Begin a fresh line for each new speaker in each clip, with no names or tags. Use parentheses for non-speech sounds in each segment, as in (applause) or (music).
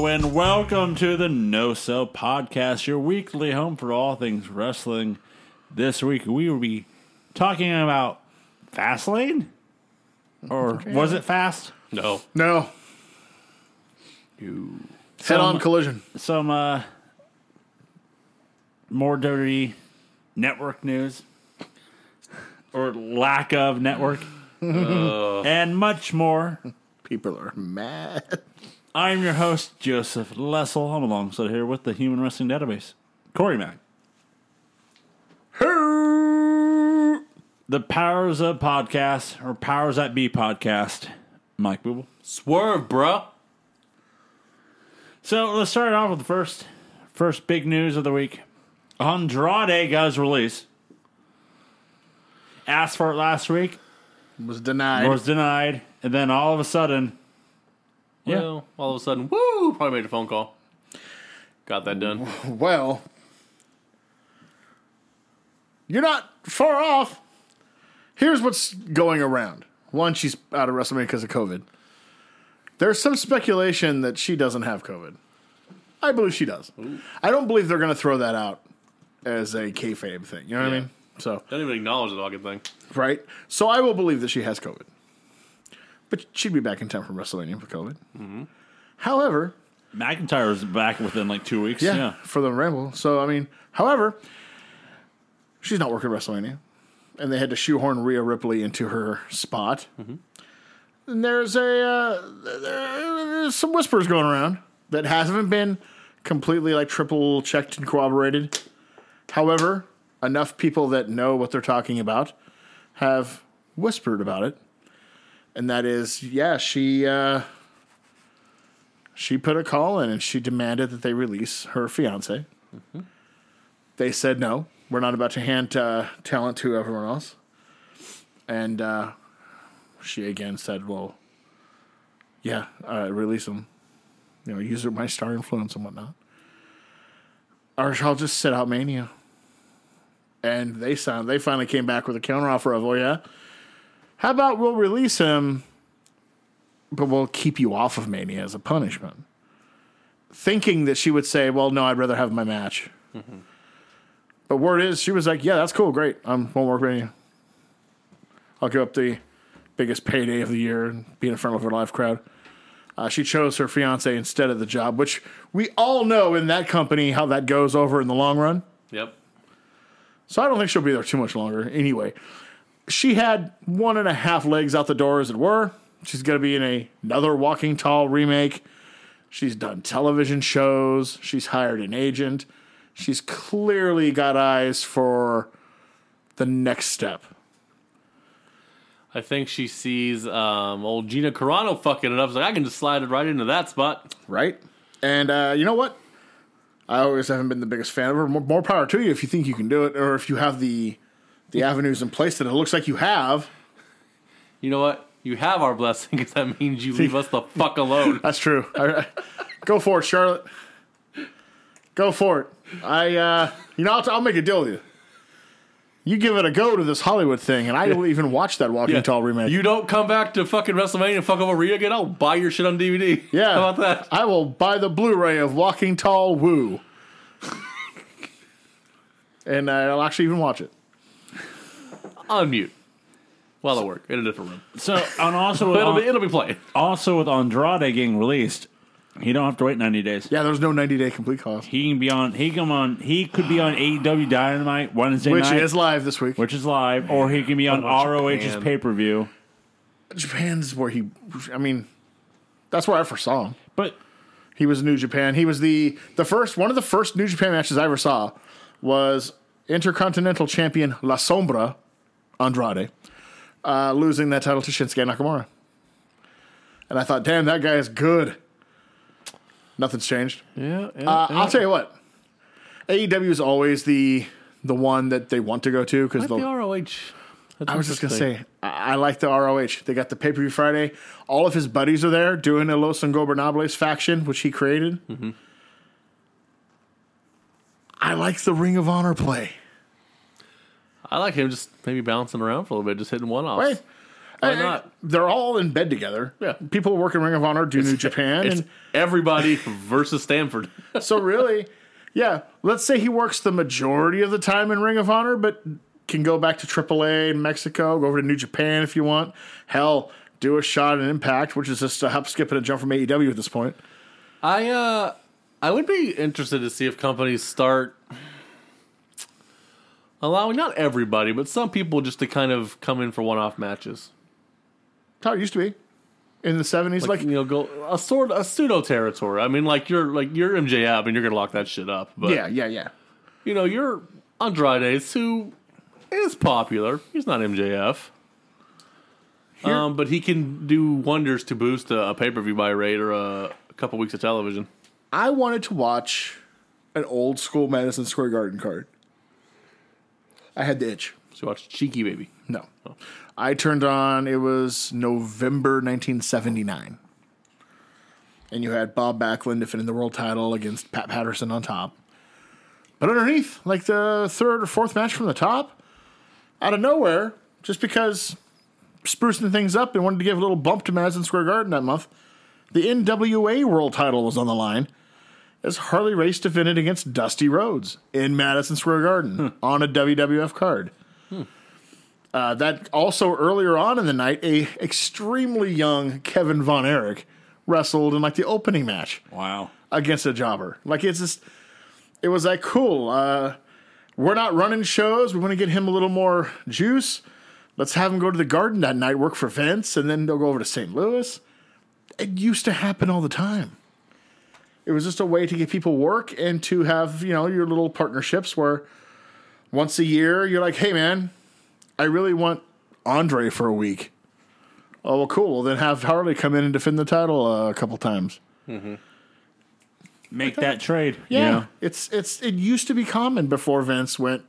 welcome to the No Sell Podcast, your weekly home for all things wrestling. This week we will be talking about Fastlane, or was it Fast?
No.
No. Head on collision.
Some uh, more dirty network news, or lack of
(laughs)
network, and much more.
People are mad.
I'm your host, Joseph Lessel. I'm alongside here with the Human Wrestling Database, Corey Mack. The Powers of Podcast, or Powers That Be Podcast, Mike Booble.
Swerve, bro.
So let's start off with the first, first big news of the week. Andrade got his release. Asked for it last week,
Was denied.
was denied, and then all of a sudden, Yeah.
Well, all of a sudden, woo, probably made a phone call. Got that done.
well, you're not far off. Here's what's going around. One, she's out of WrestleMania because of COVID. There's some speculation that she doesn't have COVID. I believe she does. I don't believe they're going to throw that out as a kayfabe thing. You know what
Yeah.
I mean? So
Don't even acknowledge the fucking thing.
right? So I will believe that she has COVID, but she'd be back in time for WrestleMania for COVID. However,
McIntyre was back within like two weeks.
yeah, for the Ramble. So I mean, however, she's not working WrestleMania, and they had to shoehorn Rhea Ripley into her spot. And there's a uh, there's some whispers going around that hasn't been completely like triple checked and corroborated. However, enough people that know what they're talking about have whispered about it, and that is, yeah, she uh, she put a call in and she demanded that they release her fiance. They said no, we're not about to hand uh, talent to everyone else, and uh, she again said, well, yeah, uh, release him, you know, use my star influence and whatnot. Or I'll just sit out Mania. And they sound they finally came back with a counteroffer of, oh yeah, how about we'll release him, but we'll keep you off of Mania as a punishment. Thinking that she would say, well, no, I'd rather have my match. But word is, she was like, yeah, that's cool, great. I um, won't work Mania. I'll give up the biggest payday of the year and be in front of her live crowd. Uh, she chose her fiance instead of the job, which we all know in that company how that goes over in the long run.
Yep.
So I don't think she'll be there too much longer. Anyway, she had one and a half legs out the door, as it were. She's going to be in a, another Walking Tall remake. She's done television shows. She's hired an agent. She's clearly got eyes for the next step.
I think she sees um, old Gina Carano fucking it up. She's like, I can just slide it right into that spot.
right? And uh, you know what? I always haven't been the biggest fan of her. More, more power to you if you think you can do it, or if you have the the avenues in place that it looks like you have.
You know what? You have our blessing (laughs) because that means you leave us the fuck
(laughs)
alone.
That's true. All right. Go for it, Charlotte. Go for it. I, uh, you know, I'll, t- I'll make a deal with you. You give it a go to this Hollywood thing, and I will even watch that Walking Tall remake.
You don't come back to fucking WrestleMania and fuck over Rhea again. I'll buy your shit on (laughs) DVD.
yeah,
How about that?
I will buy the Blu-ray of Walking Tall Woo, and I'll actually even watch it.
On mute. While at work in a different room.
So, and also,
But it'll
um,
with,
be, it'll be playing.
also with Andrade getting released, he don't have to wait 90 days.
Yeah, there's no 90 day complete cost,
He can be on. He can on. He could be on AEW Dynamite Wednesday
which
night,
is live this week.
which is live, or he can be on
about
ROH's
Japan?
pay per view.
Japan's where he, I mean, that's where I first saw him.
But
He was New Japan. He was the the first one of the first New Japan matches I ever saw was Intercontinental Champion La Sombra Andrade uh, losing that title to Shinsuke Nakamura, and I thought, damn, that guy is good. Nothing's changed.
Yeah.
Uh, I'll tell you what, AEW is always the the one that they want to go to because
the
the
ROH.
I was just gonna say, I, I like the ROH. They got the pay per view Friday. All of his buddies are there doing a Los Ingobernables faction, which he created. Mm-hmm. I like the Ring of Honor play.
I like him just maybe bouncing around for a little bit, just hitting one offs.
Right?
Why
And
not?
They're all in bed together.
Yeah.
People who work in Ring of Honor do New
(laughs)
Japan.
It's
And
everybody (laughs) versus Stanford.
so, really, yeah, let's say he works the majority of the time in Ring of Honor, but can go back to AAA in Mexico, go over to New Japan if you want. Hell, do a shot in Impact, which is just a hop, skip, and a jump from AEW at this point.
I uh I would be interested to see if companies start allowing not everybody, but some people just to kind of come in for one off matches.
That's how it used to be in the 70s.
Like,
Like,
you know, go a sort a pseudo territory. I mean like you're like you're MJF and you're gonna lock that shit up. But
yeah, yeah, yeah.
you know, you're Andrade's who is popular. He's not MJF. Um, but he can do wonders to boost a, a pay per view buy rate or a, a couple weeks of television.
I wanted to watch an old school Madison Square Garden card. I had the itch.
So watch Cheeky Baby.
No. I turned on, it was November 1979. And you had Bob Backlund defending the world title against Pat Patterson on top. But underneath, like the third or fourth match from the top, out of nowhere, just because sprucing things up and wanted to give a little bump to Madison Square Garden that month, the NWA world title was on the line as Harley Race defended against Dusty Rhodes in Madison Square Garden on a WWF card. Uh, that also earlier on in the night, a extremely young Kevin Von Erich wrestled in like the opening match
Wow.
against a jobber. Like it's just, it was like cool. Uh, we're not running shows. We want to get him a little more juice. Let's have him go to the garden that night, work for Vince, and then they'll go over to St. Louis. It used to happen all the time. It was just a way to get people work and to have you know your little partnerships where once a year you're like, hey man, I really want Andre for a week. Oh well, cool. Well, then have Harley come in and defend the title uh, a couple times.
Make that trade.
Yeah.
You know?
It's it's it used to be common before Vince went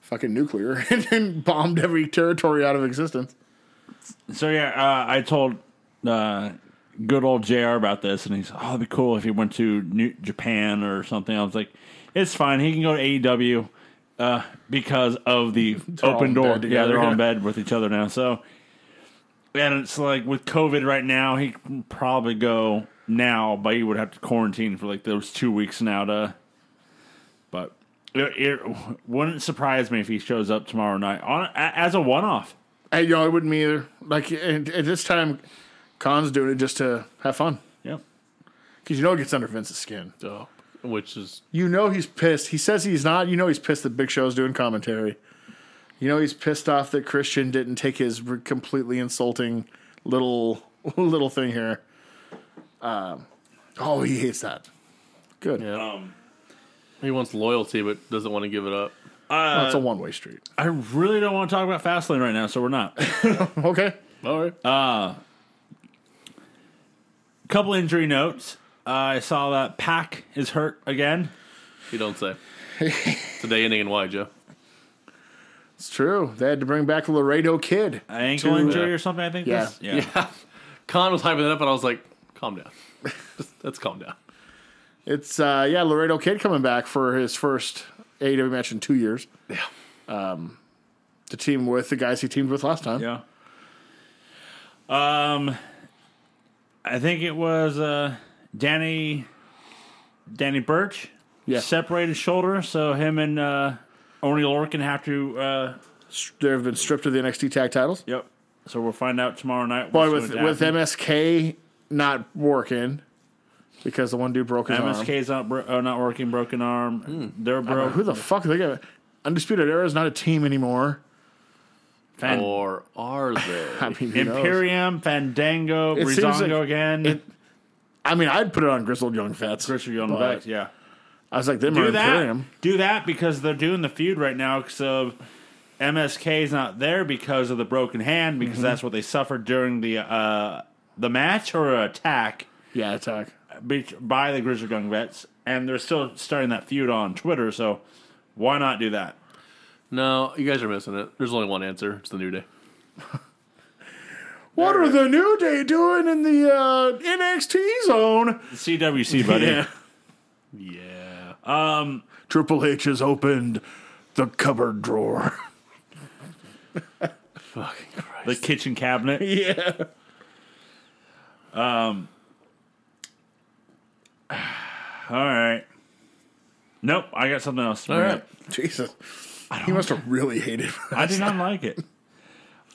fucking nuclear (laughs) and then bombed every territory out of existence.
So yeah, uh, I told uh, good old Jr. about this, and he's, oh, it'd be cool if he went to New Japan or something. I was like, it's fine. He can go to AEW uh, because of
(laughs)
the
all
open
in
door.
bed
Yeah,
together,
they're all
yeah.
in bed with each other now. So, and it's like with COVID right now, he can probably go now, but he would have to quarantine for like those two weeks now to. But it, it wouldn't surprise me if he shows up tomorrow night on a- as a one-off.
And you know, it wouldn't me either. Like and at this time, Khan's doing it just to have fun
Yep.
because you know it gets under Vince's skin.
So, which is
You know he's pissed. He says he's not. You know he's pissed that Big Show's doing commentary. You know he's pissed off that Christian didn't take his r- completely insulting little (laughs) little thing here. Um, oh, he hates that. Good.
Yeah. He wants loyalty, but doesn't want to give it up.
Well, it's a one way street.
I really don't want to talk about Fastlane right now, so we're not. A
Okay.
All right.
couple injury notes. Uh, I saw that Pack is hurt again.
you don't say. Today ending in Y, Joe.
It's true. They had to bring back Laredo Kid.
An ankle
Two- uh,
injury
Yeah.
or something, I think.
Yeah.
this- yeah.
Khan was hyping it up, and I was like, calm down. Just, let's calm down.
It's uh yeah, Laredo Kid coming back for his first AEW match in two years. Yeah. Um to team with the guys he teamed with last time.
Yeah. Um, I think it was uh, Danny Danny Birch.
Yeah.
Separated shoulder, so him and uh, Oni Lorcan have to. Uh,
They've been stripped of the NXT tag titles.
yep. So we'll find out tomorrow night.
Boy,
what's
with
going
with
to happen.
MSK not working because the one dude broke his arm. Hmm.
MSK's not bro- oh, not working, broken arm. They're
Bro,
broke.
who the fuck they got? Undisputed Era is not a team anymore.
Fan-
Or are
(laughs)
I
there?
mean, who knows?
Imperium, Fandango,
It seems
Brizongo
like
again.
it- I mean, I'd put it on Grizzled Young Vets.
Richard Young
but
Bucks, yeah.
I was like, them
Do
are
that.
Imperium.
Do that because they're doing the feud right now because of MSK's not there because of the broken hand because
Mm-hmm.
that's what they suffered during the uh, the match or attack
Yeah, attack.
be- by the Grizzly Young Vets, and they're still starting that feud on Twitter. So why not do that?
no, you guys are missing it. There's only one answer. It's the New Day.
What are the New Day doing in the uh, NXT zone?
CWC,
(laughs)
buddy.
Yeah.
Triple H has opened the cupboard drawer.
Fucking Christ.
the kitchen cabinet.
(laughs)
Um,
Yeah.
(sighs) All right. Nope, I got something else.
All right.
(laughs) Jesus. He must have really hated
I did not like it.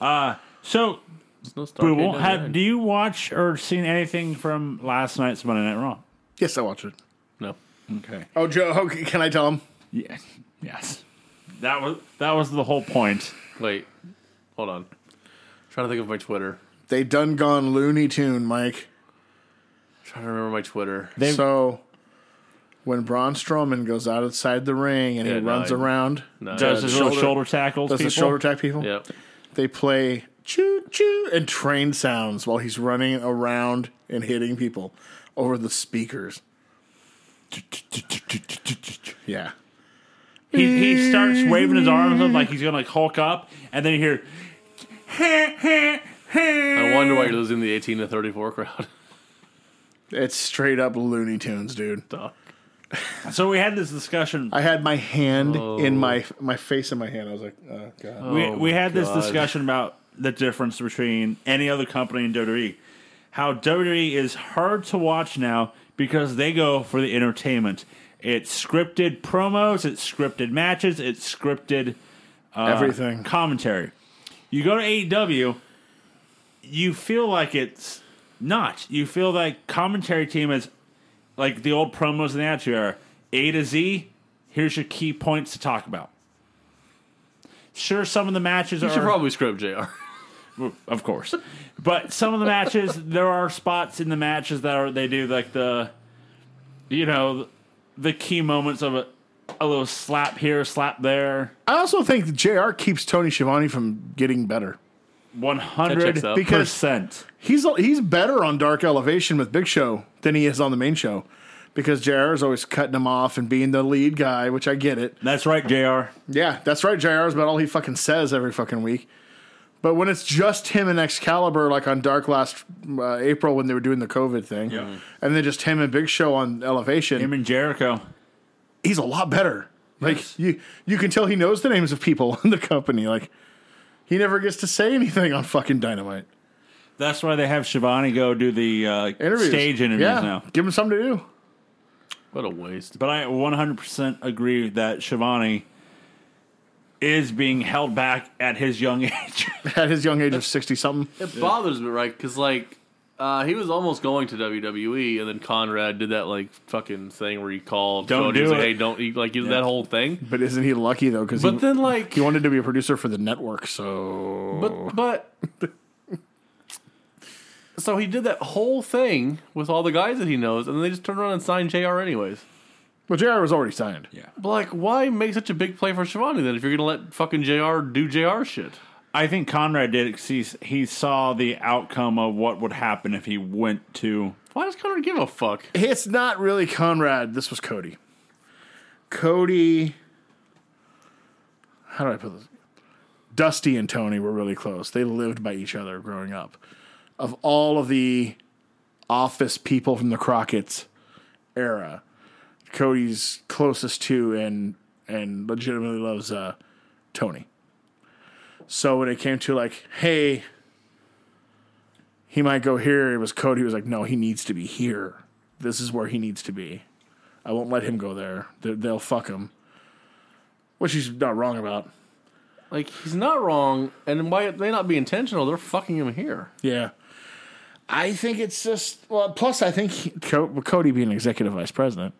Uh, so,
There's no Starcade
Booble,
down
have,
there.
do you watch or seen anything from last night's Monday Night Raw?
(laughs) Yes, I watched it.
no.
Okay.
Oh, Joe, okay, can I tell him?
Yes. (laughs) Yes. That was that was the whole point.
Wait, hold on. trying to think of my Twitter.
They done gone Looney Tune, Mike.
trying to remember my Twitter.
They-
so when Braun Strowman goes out outside the ring and
Yeah,
he
no,
runs
he-
around,
No.
Does
Uh, the
his little
shoulder-
shoulder tackles?
does the
people?
shoulder attack people?
Uh, Yep.
They play choo choo and train sounds while he's running around and hitting people over the speakers. Yeah.
He, he starts waving his arms up like he's gonna like Hulk up, and then you hear.
I wonder why you're losing the 18 to 34 crowd. (laughs)
It's straight up Looney Tunes, dude.
Duh.
So we had this discussion.
I had my hand
Oh.
in my my face in my hand. I was like, oh god.
we,
Oh
we
my
had this
God.
discussion about the difference between any other company and WWE. How WWE is hard to watch now because they go for the entertainment. It's scripted promos, it's scripted matches, it's scripted uh,
Everything.
commentary. You go to AEW, you feel like it's not. You feel like commentary team is like the old promos in the Attitude Era. A to Z, here's your key points to talk about. Sure, some of the matches
You
are
should probably script JR.
of course. But some of the
(laughs)
matches, there are spots in the matches that are they do like the, you know, the key moments of a, a little slap here, slap there.
I also think that JR keeps Tony Schiavone from getting better.
One
checks
hundred
out.
percent.
He's he's better on Dark Elevation with Big Show than he is on the main show because JR is always cutting him off and being the lead guy, which I get it.
That's right, Jr.
Yeah, that's right. JR is about all he fucking says every fucking week. But when it's just him and Excalibur, like on Dark last uh, April when they were doing the COVID thing,
Yeah.
and then just him and Big Show on Elevation,
Him and Jericho.
he's a lot better. Like
Yes.
you, you can tell he knows the names of people (laughs) in the company. Like he never gets to say anything on fucking Dynamite
That's why they have Shivani go do the uh,
interviews.
stage interviews
yeah,
now.
Give him something to do. (laughs)
What a waste.
But I 100% agree that Shivani is being held back at his young (laughs) age.
At his young age of sixty something,
It bothers me, right? Because, like, uh, he was almost going to WWE, and then Conrad did that, like, fucking thing where he called.
Don't
Cody, he was
do
like,
it.
Hey, don't, he, like, he did that whole thing.
but isn't he lucky though? Because he,
But then, like,
he wanted to be a producer for the network. So
But
(laughs)
but so he did that whole thing with all the guys that he knows, and they just turned around and signed Jr. Anyways,
well, Jr. was already signed.
yeah.
but like, why make such a big play for Shivani then if you're gonna let fucking Jr. do Jr. shit?
I think Conrad did because he, he saw the outcome of what would happen if he went to.
Why does Connor give a fuck?
It's not really Conrad. This was Cody. Cody. How do I put this? Dusty and Tony were really close. They lived by each other growing up. Of all of the office people from the Crockett's era, Cody's closest to and and legitimately loves uh, Tony. So when it came to like, hey, he might go here, it was Cody who was like, no, he needs to be here. This is where he needs to be. I won't let him go there. They- They'll fuck him, which he's not wrong about.
Like he's not wrong, and why they not be intentional? They're fucking him here.
Yeah. I think it's just well. Plus, I think he- Co- Cody being executive vice president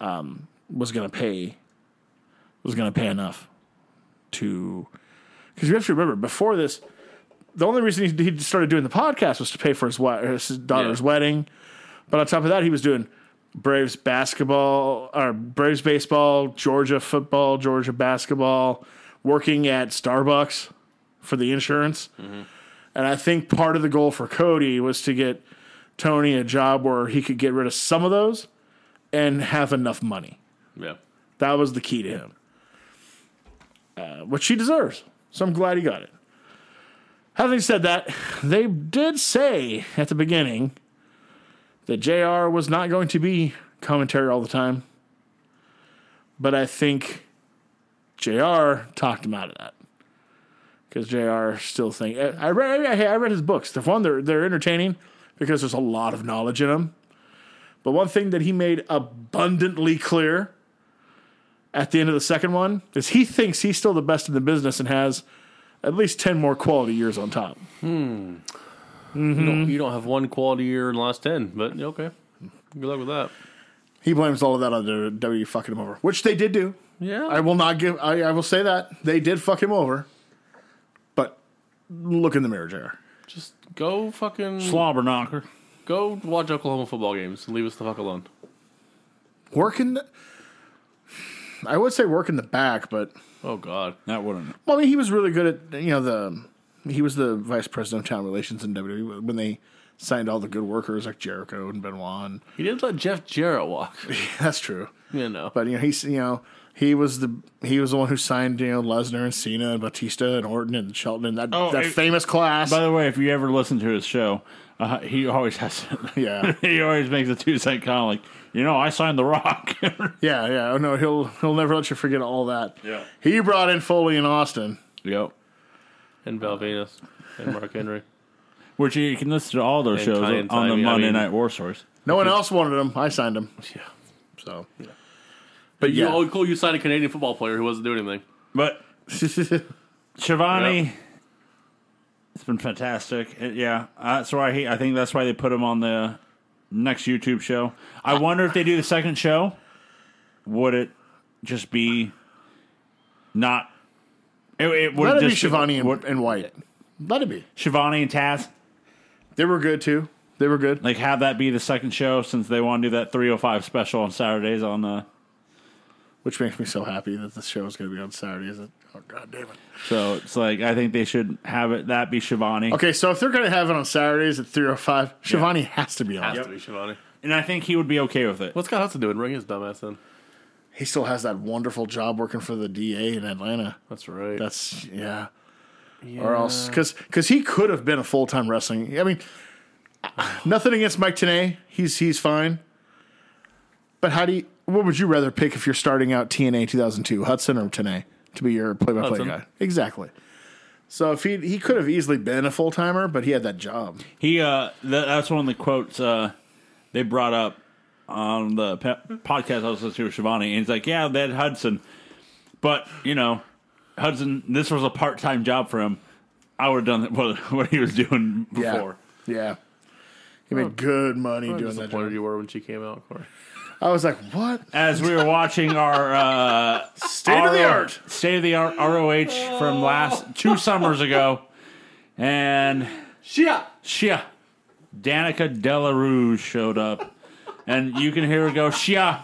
um, was going to pay was going to pay enough to because you have to remember before this, the only reason he, he started doing the podcast was to pay for his wi- his daughter's
Yeah.
wedding. But on top of that, he was doing Braves basketball or Braves baseball, Georgia football, Georgia basketball, working at Starbucks for the insurance. And I think part of the goal for Cody was to get Tony a job where he could get rid of some of those and have enough money.
Yeah,
That was the key to him, uh, which he deserves. So I'm glad he got it. Having said that, they did say at the beginning that JR was not going to be commentary all the time. But I think JR talked him out of that. because Jr. still think I I read I- hey, I read his books. The one they're they're entertaining because there's a lot of knowledge in them. But one thing that he made abundantly clear at the end of the second one is he thinks he's still the best in the business and has at least ten more quality years on top.
You, don't, you don't have one quality year in the last 10, but yeah, okay. Good luck with that.
He blames all of that on the W fucking him over, which they did do.
Yeah.
I will not give. I, I will say that they did fuck him over, but look in the mirror, Jr.
just go fucking.
Slobber knocker.
Go watch Oklahoma football games and leave us the fuck alone.
Working. The, I would say work in the back, but
Oh, God.
That wouldn't.
well, I mean, he was really good at you know the he was the vice president of talent relations in WWE when they signed all the good workers like Jericho and Benoit. And, (laughs)
He did let Jeff Jarrett walk. (laughs)
that's true,
You know.
but you know he's you know he was the he was the one who signed you know Lesnar and Cena and Batista and Orton and Shelton and that
Oh,
that
it-
famous class.
By the way, if you ever listen to his show, uh, he always has. (laughs)
Yeah.
he always makes a two cent comment like, you know, I signed The Rock. (laughs)
Yeah, yeah. Oh no, he'll he'll never let you forget all that.
Yeah.
He brought in Foley and Austin.
yep.
And Val Venus and Mark Henry.
Which you can listen to all those
And
shows
Ty and
on the
Tybee, I
Monday
mean-
Night War Stories.
No one else wanted him. I signed him.
Yeah.
So
But you,
Yeah.
oh, cool, you signed a Canadian football player who wasn't doing anything. (laughs)
But
I
Shivani,
Yep.
it's been fantastic. It- yeah, uh, that's why he. I think that's why they put him on the next YouTube show. I wonder if they do the second show, would it just be not? It, it would
let it be
just
Shivani and,
would-
and White. Let it be.
Shivani and Taz.
They were good too. They were good.
Like have that be the second show since they want to do that 305 special on Saturdays on the.
Which makes me so happy that this show is going to be on Saturday. Is it? Oh god damn it.
So it's like I think they should have it that be Shivani.
Okay, so if they're going to have it on Saturdays at three or five, Shivani has to be on.
Has
it.
to be Shivani.
And I think he would be okay with it.
What's Scott Hudson doing? Ring his dumbass in.
He still has that wonderful job working for the DA in Atlanta.
That's right.
That's yeah. Or else, because because he could have been a full time wrestling. I mean, (sighs) nothing against Mike Tenay. He's he's fine. But how do you? What would you rather pick if you're starting out TNA 2002, Hudson or Tenay to be your play by play
Hudson.
guy? Exactly. So if he he could have easily been a full timer, but he had that job.
He uh, th- that's one of the quotes uh, they brought up on the pe- podcast I was listening to with Shivani, and he's like, "Yeah, that Hudson, but you know, Hudson, this was a part-time job for him. I would have done what, what he was doing
Yeah.
before."
Yeah. He made good money
How
doing that
disappointed
job.
you were when she came out, Corey.
I was like, what?
As we were watching our uh,
(laughs) State of the
RO
art.
state of the art ROH from last two summers ago, and
Shia!
Shia Danica Delarue showed up, and you can hear her go Shia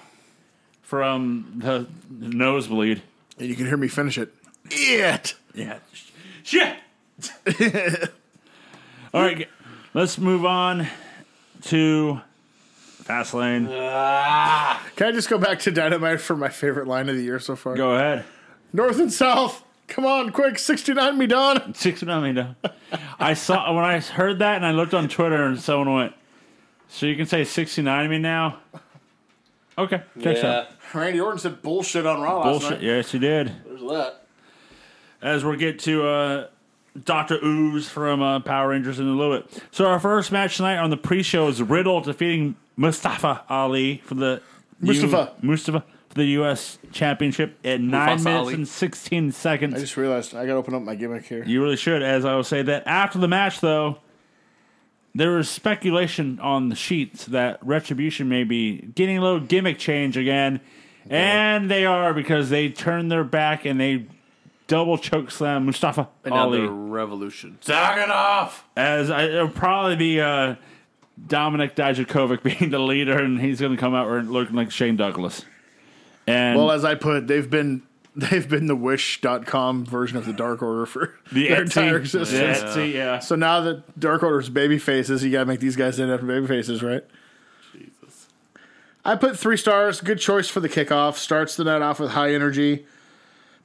from the nosebleed.
And you can hear me finish it. It.
Yeah, Shia. (laughs) All right, g- let's move on to Fastlane.
Can I just go back to Dynamite for my favorite line of the year so far?
Go ahead.
North and South. Come on, quick. 69 me done.
Six I mean, no. I saw when I heard that, and I looked on Twitter, and someone went, "So you can say sixty nine to me now." Okay, checks out.
Randy Orton said bullshit on Raw
Bullshit. Yes, you did.
There's that.
as we get to uh, Dr. Ooze from uh, Power Rangers in a little bit. So, our first match tonight on the pre show is Riddle defeating Mustafa Ali for the
Mustafa.
U- Mustafa for the U.S. Championship at 9
Mufasa
minutes
Ali.
and 16
I
seconds.
just realized I got to open up my gimmick here.
you really should, as I will say that. After the match, though, there was speculation on the sheets that Retribution may be getting a little gimmick change again. And they are because they turned their back and they double choke slam Mustafa
Another
Ali.
revolution. Zag it off!
as I, it'll probably be uh, Dominic Dijakovic (laughs) being the leader, and he's going to come out looking like Shane Douglas. And
Well, as I put, they've been (laughs) they've been the wish.com version of the Dark Order for
the
their
Etsy,
entire
the
existence.
Etsy, yeah.
So now that Dark Order's baby faces, you got to make these guys end up baby faces, right?
Jesus.
I put three stars. Good choice for the kickoff. Starts the night off with high energy.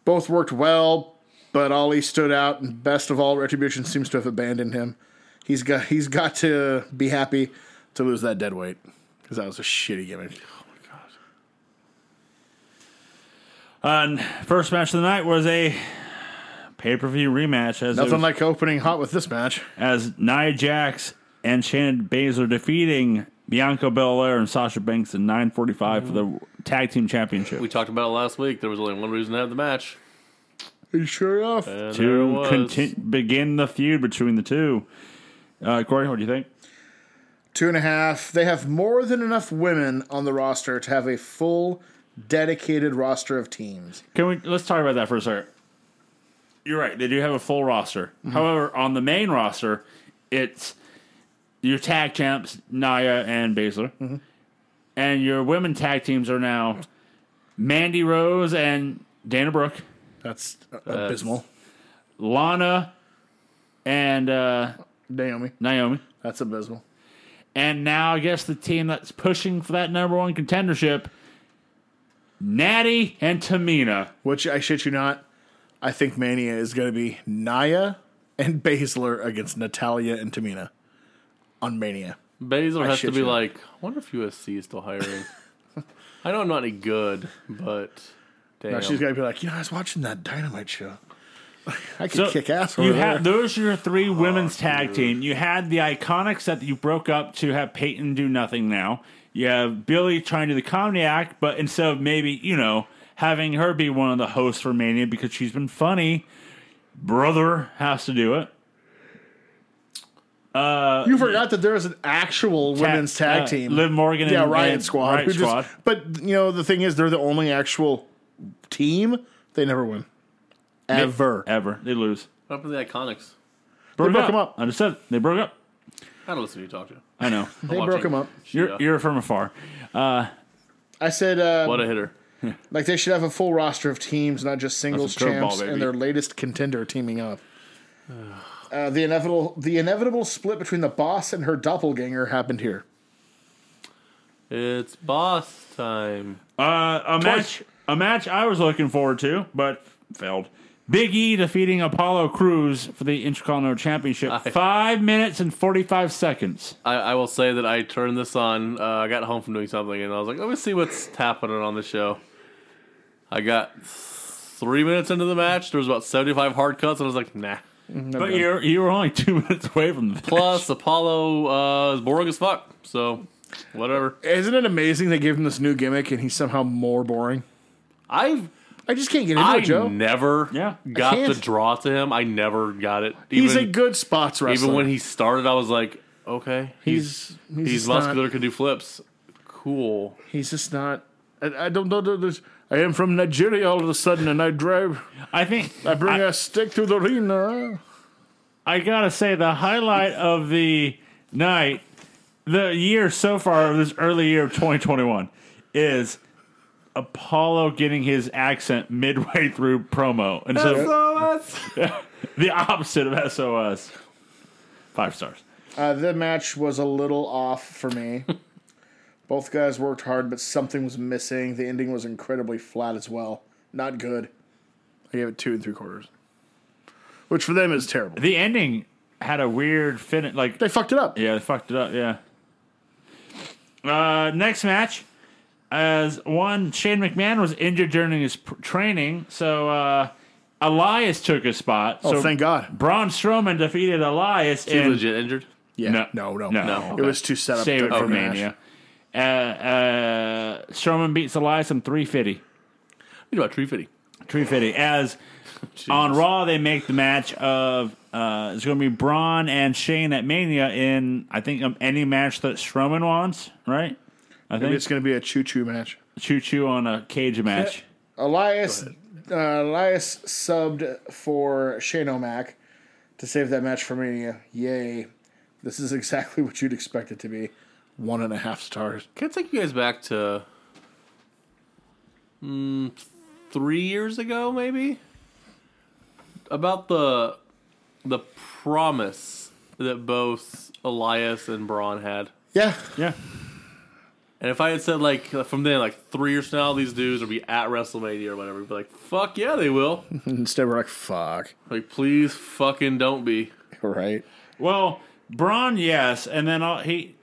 Both worked well, but Ollie stood out, and best of all, Retribution seems to have abandoned him. He's got he's got to be happy to lose that dead weight because that was a shitty gimmick.
And first match of the night was a pay per view rematch as it
Nothing
was-
like opening hot with this match.
as Nia Jax and Shannon Baszler defeating Bianca Belair and Sasha Banks in 9:45 for the tag team championship
We talked about it last week. There was only one reason to have the match.
You sure enough.
And there
to
it was.
contin- begin the feud between the two. Uh, Corey, what do you think?
Two and a half. They have more than enough women on the roster to have a full, dedicated roster of teams.
Can we let's talk about that for a second? You're right; they do have a full roster. However, on the main roster, it's your tag champs Naya and Baszler, and your women tag teams are now Mandy Rose and Dana Brooke,
That's abysmal.
Lana and uh,
Naomi.
Naomi,
That's abysmal.
and now I guess the team that's pushing for that number one contendership, Natty and Tamina.
Which I shit you not, I think Mania is going to be Naya and Baszler against Natalia and Tamina on Mania.
Baszler has to
shit
be
you.
like, I wonder if USC is still
(laughs)
hiring. I know I'm not any good, but damn.
Now she's going to be like, you know, I was watching that Dynamite show. (laughs) I could
So
kick ass over
You
there.
had those are your three women's tag team. You had the iconics that you broke up to have Peyton do nothing now. You have Billy trying to do the comedy act, but instead of maybe you know having her be one of the hosts for Mania because she's been funny, brother has to do it.
you (laughs) forgot that there is an actual women's tag
uh,
team.
Liv Morgan,
yeah,
and,
Riot
and
Squad.
Riot
who just-
Squad.
but you know the thing is, they're the only actual team. They never win. Ever.
ever they lose.
What happened to the Iconics?
Broke
broke 'em up.
I just said they broke up.
I don't listen to you talk to.
I know.
They broke them up.
you're
You're,
you're from afar.
I said, uh,
what a hitter.
like they should have a full roster of teams, not just singles
That's a curveball,
champs
baby.
and their latest contender teaming up. Uh, the inevitable, the inevitable split between the boss and her doppelganger happened here.
It's boss time.
Uh, a match, a match I was looking forward to, but failed. Big E defeating Apollo Cruz for the Intercontinental Championship. Five minutes and forty-five seconds.
I, I will say that I turned this on. Uh, I got home from doing something, and I was like, let me see
(laughs)
what's happening on the show. I got three minutes into the match. There was about 75 hard cuts, and I was like, nah.
but you're you were only (laughs) two minutes away from the
(laughs)
Plus, Apollo uh, is boring as fuck, so whatever.
Isn't it amazing they gave him this new gimmick and he's somehow more boring?
I've
I just can't get into
I
it, Joe.
never
Yeah. I
got
can't.
the draw to him. I never got it. Even,
he's a good spots wrestler.
even when he started, I was like, okay,
he's
he's,
just not-
muscular, can do flips. Cool.
He's just not. I, I don't know. This. I am from Nigeria all of a sudden, and I drive.
I think
I bring a stick to the arena.
I gotta say the highlight of the night, the year so far of this early year of 2021 is Apollo getting his accent midway through promo, and so the opposite of SOS. Five stars.
Uh, the match was a little off for me. (laughs) Both guys worked hard, but something was missing. The ending was incredibly flat as well. Not good. I gave it two and three quarters, which for them is terrible.
The ending had a weird finish. Like,
They fucked it up.
yeah, they fucked it up. Yeah. Uh, next match, as one Shane McMahon was injured during his pr- training, so uh, Elias took his spot.
Oh,
so
thank God.
Braun Strowman defeated Elias
He's
in
legit injured.
Yeah.
No.
No. No.
No.
No.
It was too set up.
Save It
to-
for
the match.
Mania. Uh, uh, Strowman beats Elias in 350.
What about tree fitting?
350. As on Raw, they make the match of uh, it's going to be Braun and Shane at Mania in I think um, any match that Strowman wants, right? I
Maybe
think
it's going to be a choo-choo match.
choo choo on a cage match.
Elias uh, Elias subbed for Shane O'Mac to save that match for Mania. Yay. This is exactly (laughs) what you'd expect it to be. One and a half stars.
Can I take you guys back to mm, three years ago, maybe? About the the promise that both Elias and Braun had.
Yeah.
Yeah,
And if I had said like from then, like three years from now, these dudes will be at WrestleMania or whatever, I'd be like, fuck yeah, they will.
Instead, we're like, fuck.
like, please fucking don't be.
Right.
well, Braun, yes, and then all, he.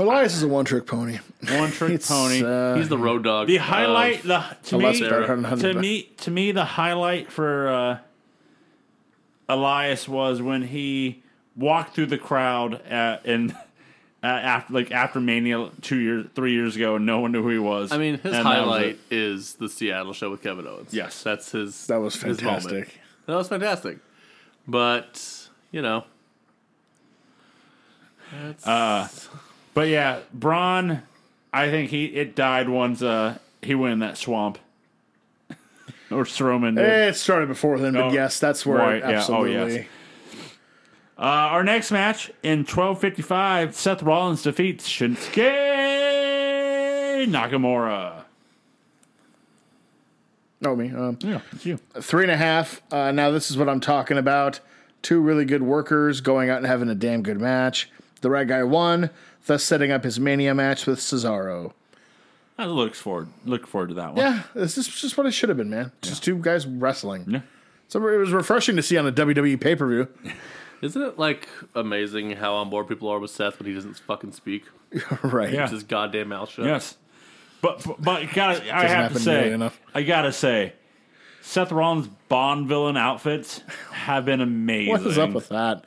Elias is a one trick pony.
One trick
(laughs) It's,
pony.
uh,
He's the road dog.
The
of-
highlight, the to me,
that's better than
to
100.
me, to me, the highlight for uh, Elias was when he walked through the crowd at, and (laughs) uh, after like after Mania two years, three years ago, and no one knew who he was.
I mean, his
And that was
highlight
it.
is the Seattle show with Kevin Owens.
Yes.
that's his.
That was
his moment.
fantastic.
That was fantastic. But you know, that's,
But yeah, Braun, I think he it died once uh, he went in that swamp, (laughs) or Strowman. Did.
It started before then, but
Oh,
yes, that's where
right,
it
yeah, oh,
absolutely.
yes. Uh, our next match in 12:55, Seth Rollins defeats Shinsuke Nakamura.
No, me. Um,
Yeah, it's you.
three and a half. Uh, now this is what I'm talking about. Two really good workers going out and having a damn good match. The right guy won, thus setting up his mania match with Cesaro.
I look forward, look forward to that one.
Yeah, this is just what it should have been, man. Just two guys wrestling.
Yeah.
So it was refreshing to see on a E WWE pay per view.
isn't it like amazing how on board people are with Seth when he doesn't fucking speak?
right.
Yeah.
Keeps his goddamn mouth shut.
Yes, but but, but gotta, I have to
happen
say,
nearly enough.
I gotta say, Seth Rollins Bond villain outfits have been amazing.
(laughs) What is up with that?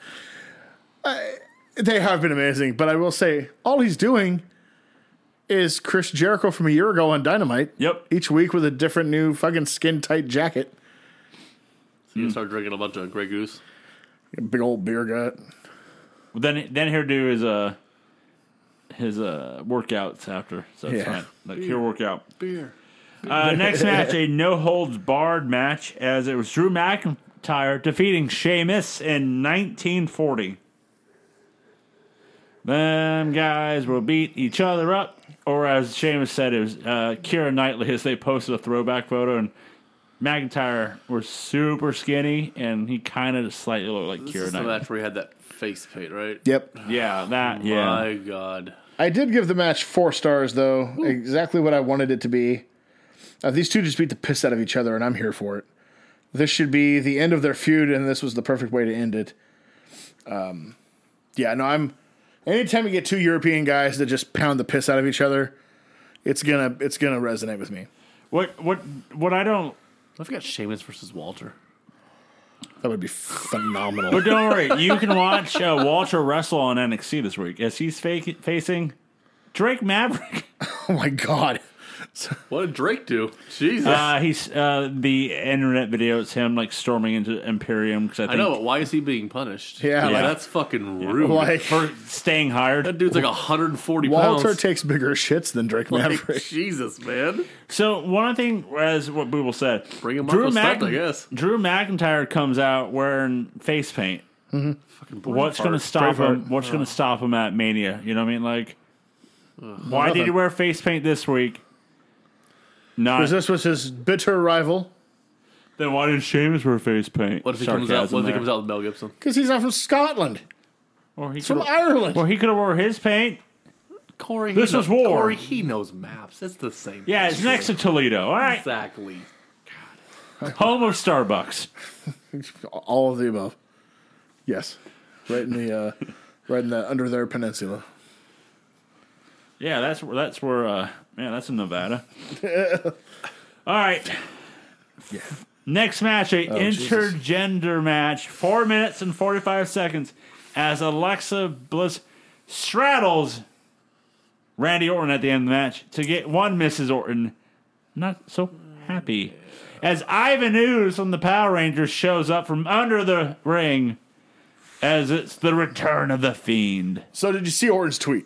I, they have been amazing, but I will say all he's doing is Chris Jericho from a year ago on Dynamite.
Yep.
Each week with a different new fucking skin tight jacket.
So you start drinking a bunch of Grey Goose.
Big old beer gut.
Then then here do his uh his uh workouts after. So it's
Yeah.
fine. Like here workout.
Beer.
Uh, next match, a no holds barred match, as it was Drew McIntyre defeating Sheamus in 1940. Them guys will beat each other up, or as Sheamus said, it was uh, Kira Knightley as they posted a throwback photo, and McIntyre was super skinny, and he kind of slightly looked like
This is
Kira
the
Knightley.
match where he had that face paint, right?
Yep.
Yeah, that, yeah.
Oh My God.
I did give the match four stars, though. Exactly what I wanted it to be. Uh, these two just beat the piss out of each other, and I'm here for it. This should be the end of their feud, and this was the perfect way to end it. Um, yeah, no, I'm. Anytime you get two European guys that just pound the piss out of each other, it's gonna it's gonna resonate with me.
What, what, what I don't
I forgot Sheamus versus Walter.
That would be phenomenal. (laughs)
But don't worry, you can watch uh, Walter wrestle on NXT this week as he's fake, facing Drake Maverick.
oh my god!
What did Drake do? Jesus.
Uh, he's uh, the internet video. It's him like storming into Imperium because I
I
think
know, but why is he being punished?
Yeah,
Yeah.
like,
That's fucking rude.
like,
for staying
that
hired.
dude's like 140
Walter
pounds.
takes bigger shits than Drake Maverick.
(laughs) Like, Jesus, man.
So one thing, as what Booble said,
Bring him Michael Stipe, I guess.
Drew McIntyre comes out wearing face paint.
Mm-hmm. Fucking
What's going to stop him? What's going to stop him at Mania? You know what I mean? Like, why did he
Nothing.
wear face paint this week? Not
Because (laughs) this was his bitter rival.
Then why did Sheamus wear face paint?
What if he comes out?
Sarcasm
What if he
there.
comes out with Mel Gibson?
Because he's not from Scotland.
Or he
He's from
could
Ireland.
or he could have wore his paint.
Corey,
This
he
is
kno-
war.
Corey, he knows maps. It's the same.
Yeah, it's
thing.
next to Toledo. All right,
Exactly.
home of Starbucks.
All of the above. Yes. Right in the uh right in the under their peninsula.
Yeah, that's where that's where. Uh, man, that's in Nevada. (laughs) All right. Next match, a
Oh, Jesus.
intergender match, four minutes and forty five seconds, as Alexa Bliss straddles Randy Orton at the end of the match to get one Mrs. Orton not so happy. As Ivan Ooze from the Power Rangers shows up from under the ring, as it's the return of the Fiend.
So did you see Orton's tweet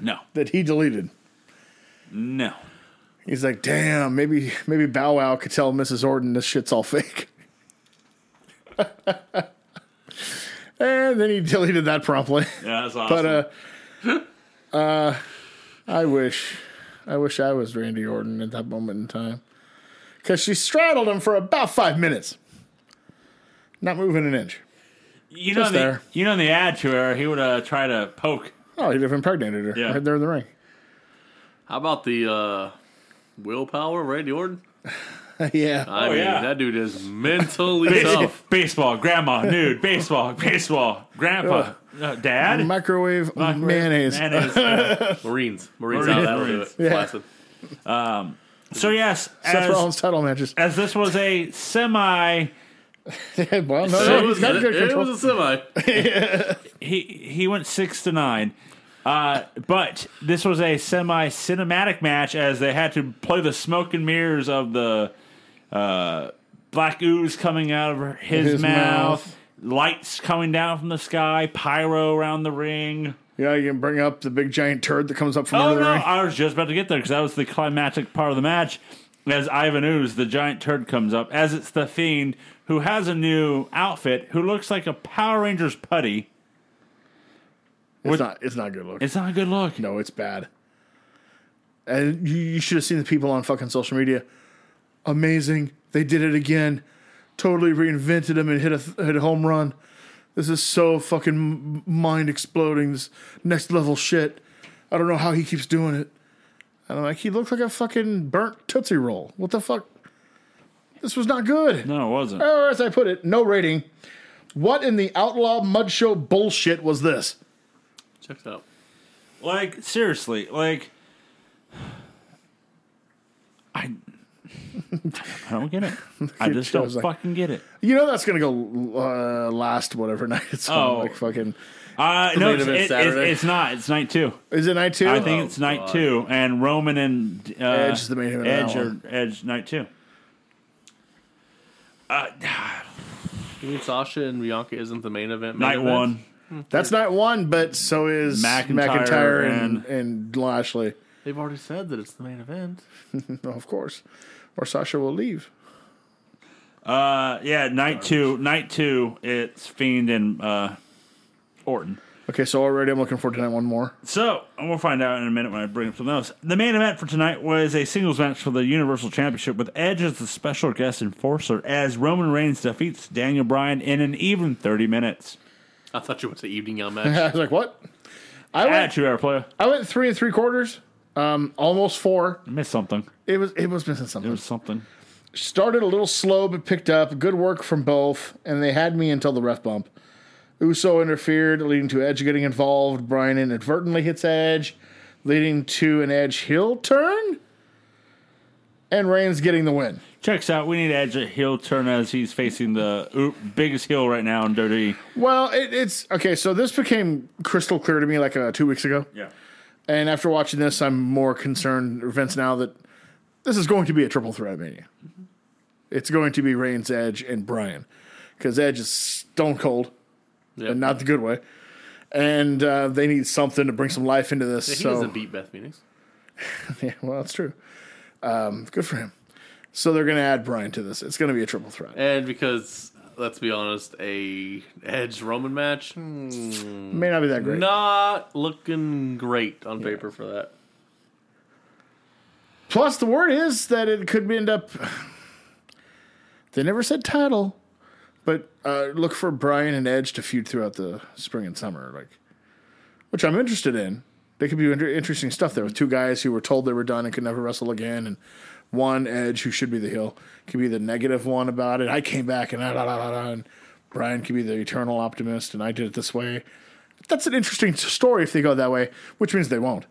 No,
that he deleted?
no.
He's like, damn, maybe maybe Bow Wow could tell Mrs. Orton this shit's all fake. (laughs) and then he deleted that promptly. (laughs)
Yeah, that's awesome.
But uh uh I wish I wish I was Randy Orton at that moment in time. Cause she straddled him for about five minutes. Not moving an inch.
You know, in
Just
the,
there.
you know, in the ad to her, he would uh, try to
(laughs)
poke.
Oh, he'd have impregnated her
Yeah.
right there in the ring.
How about the uh, willpower, of Randy Orton?
yeah.
I
Oh,
mean,
yeah.
that
(laughs)
dude is mentally tough.
Baseball, grandma, nude, baseball, baseball, grandpa. Uh, Dad?
Microwave, mayonnaise.
Mayonnaise.
(laughs)
Marines. Marines. How that'll do it.
Yeah. (laughs)
Flaccid.
so, yes,
Seth
as,
Rollins title matches. (laughs)
as this was a semi,
well, no,
So
no,
it,
he's
was,
got good
it
control.
was a semi.
he, he went six to nine. Uh, but this was a semi cinematic match as they had to play the smoke and mirrors of the uh, black ooze coming out of his,
His
mouth, lights coming down from the sky, pyro around the ring.
yeah, you can bring up the big giant turd that comes up from
Oh
under the
no!
ring.
I was just about to get there because that was the climactic part of the match. As Ivan Ooze, the giant turd, comes up, as it's the fiend who has a new outfit, who looks like a Power Rangers putty.
It's not. It's not good looking.
It's not a good look.
No, it's bad. And you, you should have seen the people on fucking social media. Amazing. They did it again. Totally reinvented him and hit a, hit a home run. This is so fucking mind exploding. This next level shit. I don't know how he keeps doing it. And I'm like, he looked like a fucking burnt Tootsie Roll. What the fuck? This was not good.
No, it wasn't.
Or as I put it, no rating. What in the outlaw mud show bullshit was this?
Checked out.
Like seriously, like I, I don't get it.
(laughs)
I
Your
just don't
show's like-
fucking get it.
You know that's gonna go uh, last whatever (laughs) night it's on.
Oh.
Like fucking,
Uh, no,
main
it's,
event
it- it-
Saturday. Oh,
it's not. It's night two.
is it night two?
I think it's night
God.
two, and Roman and uh,
Edge is the main event of
Edge
that
or
one.
Edge night two.
You mean Sasha and Bianca isn't the main event? Main
Night
event?
one.
that's night one, but so is
McIntyre
McIntyre, and, and Lashley.
They've already said that it's the main event.
No, of course, or Sasha will leave.
Uh, yeah, night two. Night two. It's Fiend and uh, Orton.
Okay, so already I'm looking forward to night one more. (laughs)
So and we'll find out in a minute when I bring up something else. The main event for tonight was a singles match for the Universal Championship with Edge as the special guest enforcer as Roman Reigns defeats Daniel Bryan in an even thirty minutes.
I thought you went to evening
(laughs)
out
I
match.
was like, what? I
At
went,
Ah, two hour play,
I went three and three quarters, um, almost four.
missed something.
It was it was missing
It
something.
was something.
started a little slow but picked up. Good work from both, and they had me until the ref bump. Uso interfered, leading to Edge getting involved. Brian inadvertently hits Edge, leading to an Edge heel turn, and Reigns getting the win.
Checks out. We need Edge at heel turn as he's facing the oop, biggest heel right now in E. WWE.
Well, it, it's okay. So this became crystal clear to me like uh, two weeks ago,
Yeah.
and after watching this, I'm more concerned, Vince, now that this is going to be a triple threat mania. It's going to be Reigns, Edge, and Brian, because Edge is stone cold.
Yeah.
and uh, not the good way. And uh, they need something to bring some life into this.
he
so
doesn't beat Beth Phoenix.
(laughs) yeah, well, that's true. Um, good for him. So they're going to add Brian to this. It's going to be a triple threat.
And because let's be honest, a Edge Roman match hmm,
May not be that great.
not looking great on paper for that.
Plus, the word is that it could end up. they never said title, but uh, look for Brian and Edge to feud throughout the spring and summer, like, which I'm interested in. They could be inter- interesting stuff there with two guys who were told they were done and could never wrestle again, and one Edge who should be the heel could be the negative one about it. I came back and ah, da, da, da, da, da, and Brian could be the eternal optimist, and I did it this way. That's an interesting story if they go that way, which means they won't.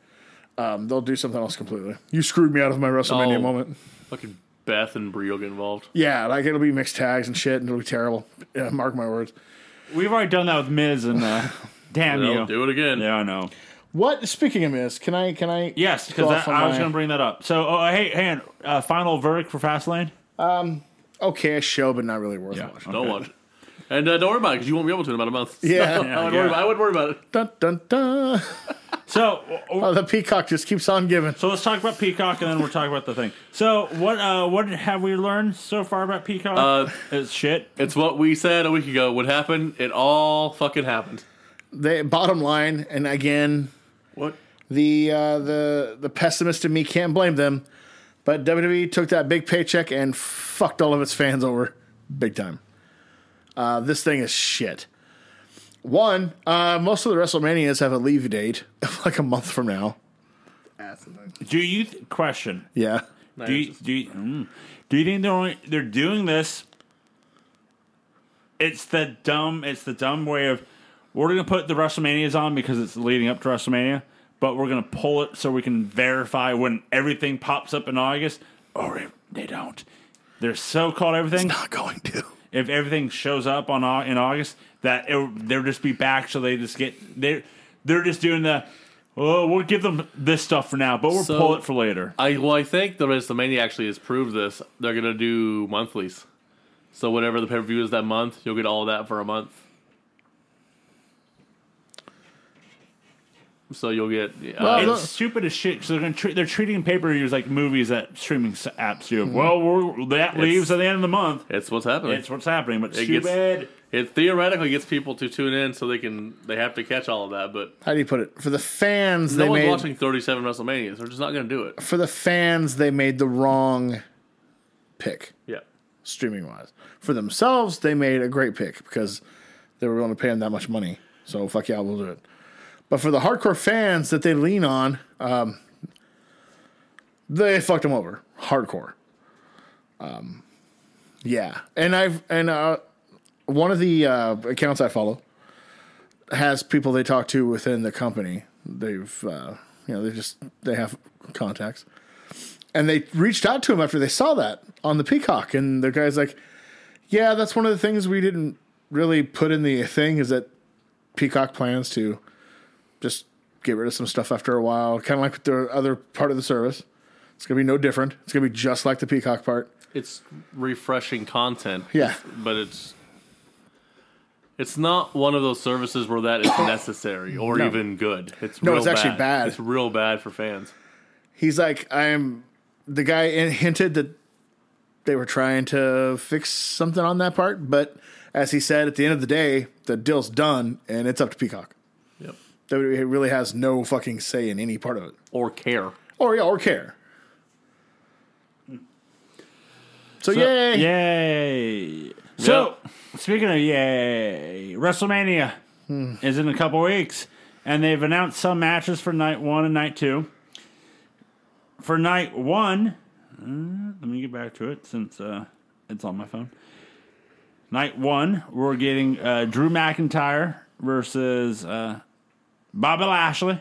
Um, they'll do something else completely. You screwed me out of my WrestleMania
Oh.
moment.
Fucking Beth and Brie will get involved.
Yeah, like it'll be mixed tags and shit, and it'll be terrible. Yeah, mark my words.
We've already done that with Miz and
(laughs)
uh, damn
They'll
you.
do it again.
Yeah, I know.
What? Speaking of this, can I? Can I?
Yes,
go
because
off on
I was
my-
going to bring that up. So, oh, hey, hey, uh, final verdict for Fastlane.
Okay, a show, but not really worth watching.
Don't watch it. And uh, don't worry about it because you won't be able to in about a (laughs) month. So
Yeah.
I, would
Yeah.
worry about, I would worry about it.
Dun dun dun.
So, w-
Oh, the peacock just keeps on giving.
so let's talk about Peacock, and then we'll talk about the thing. So, what uh, what have we learned so far about Peacock?
Uh,
it's shit.
It's what we said a week ago would happen. It all fucking happened.
They bottom line, and again,
What?
the uh, the the pessimist in me can't blame them, but WWE took that big paycheck and fucked all of its fans over big time. Uh, this thing is shit. One, uh, most of the WrestleManias have a leave date (laughs) of like a month from now.
Do you th- question?
Yeah,
Do you, do you, mm, do you think they're only, they're doing this? It's the dumb. It's the dumb way of we're gonna put the WrestleManias on because it's leading up to WrestleMania, but we're gonna pull it so we can verify when everything pops up in August. Or if they don't, they're so called everything.
Not going to.
if everything shows up on Au- in August, that it, they'll just be back. So they just get they they're just doing the oh we'll give them this stuff for now, but we'll
So-
pull it for later.
I well, I think the WrestleMania actually has proved this. They're gonna do monthlies, so whatever the pay per view is that month, you'll get all of that for a month. So you'll get uh,
Well,
It's
look-
stupid as shit because they're gonna treat, they're treating pay per views like movies that streaming s- apps do. Well, we're, that leaves at the end of the month.
it's what's happening.
It's what's happening, but
It
too
gets-
bad.
it theoretically gets people to tune in, so they can they have to catch all of that. But
How do you put it? For the fans,
no
they
one's
made
watching 37 WrestleManias. They're just not gonna do it.
for the fans they made the wrong pick
Yeah,
streaming wise. For themselves, they made a great pick because they were willing to pay him that much money. So fuck yeah, we'll do it. But for the hardcore fans that they lean on, um, they fucked him over hardcore. Um, yeah, and I've and uh, one of the uh, accounts I follow has people they talk to within the company. They've uh, you know they just they have contacts and they reached out to him after they saw that on the peacock and the guy's like yeah that's one of the things we didn't really put in the thing is that peacock plans to just get rid of some stuff after a while kind of like the other part of the service it's going to be no different it's going to be just like the peacock part
it's refreshing content.
yeah
but it's it's not one of those services where that is
(coughs)
necessary or
No.
even good. It's
No,
real
it's actually bad.
It's real bad for fans.
he's like i'm the guy hinted that they were trying to fix something on that part but as he said at the end of the day the deal's done and it's up to peacock
Yep.
WWE really has no fucking say in any part of it,
Or care.
or yeah, or care. So, yay!
Yay! So, speaking of yay, WrestleMania is in a couple weeks, and they've announced some matches for night one and night two. For night one, uh, let me get back to it since uh, it's on my phone. Night one, we're getting uh, Drew McIntyre versus uh, Bobby Lashley.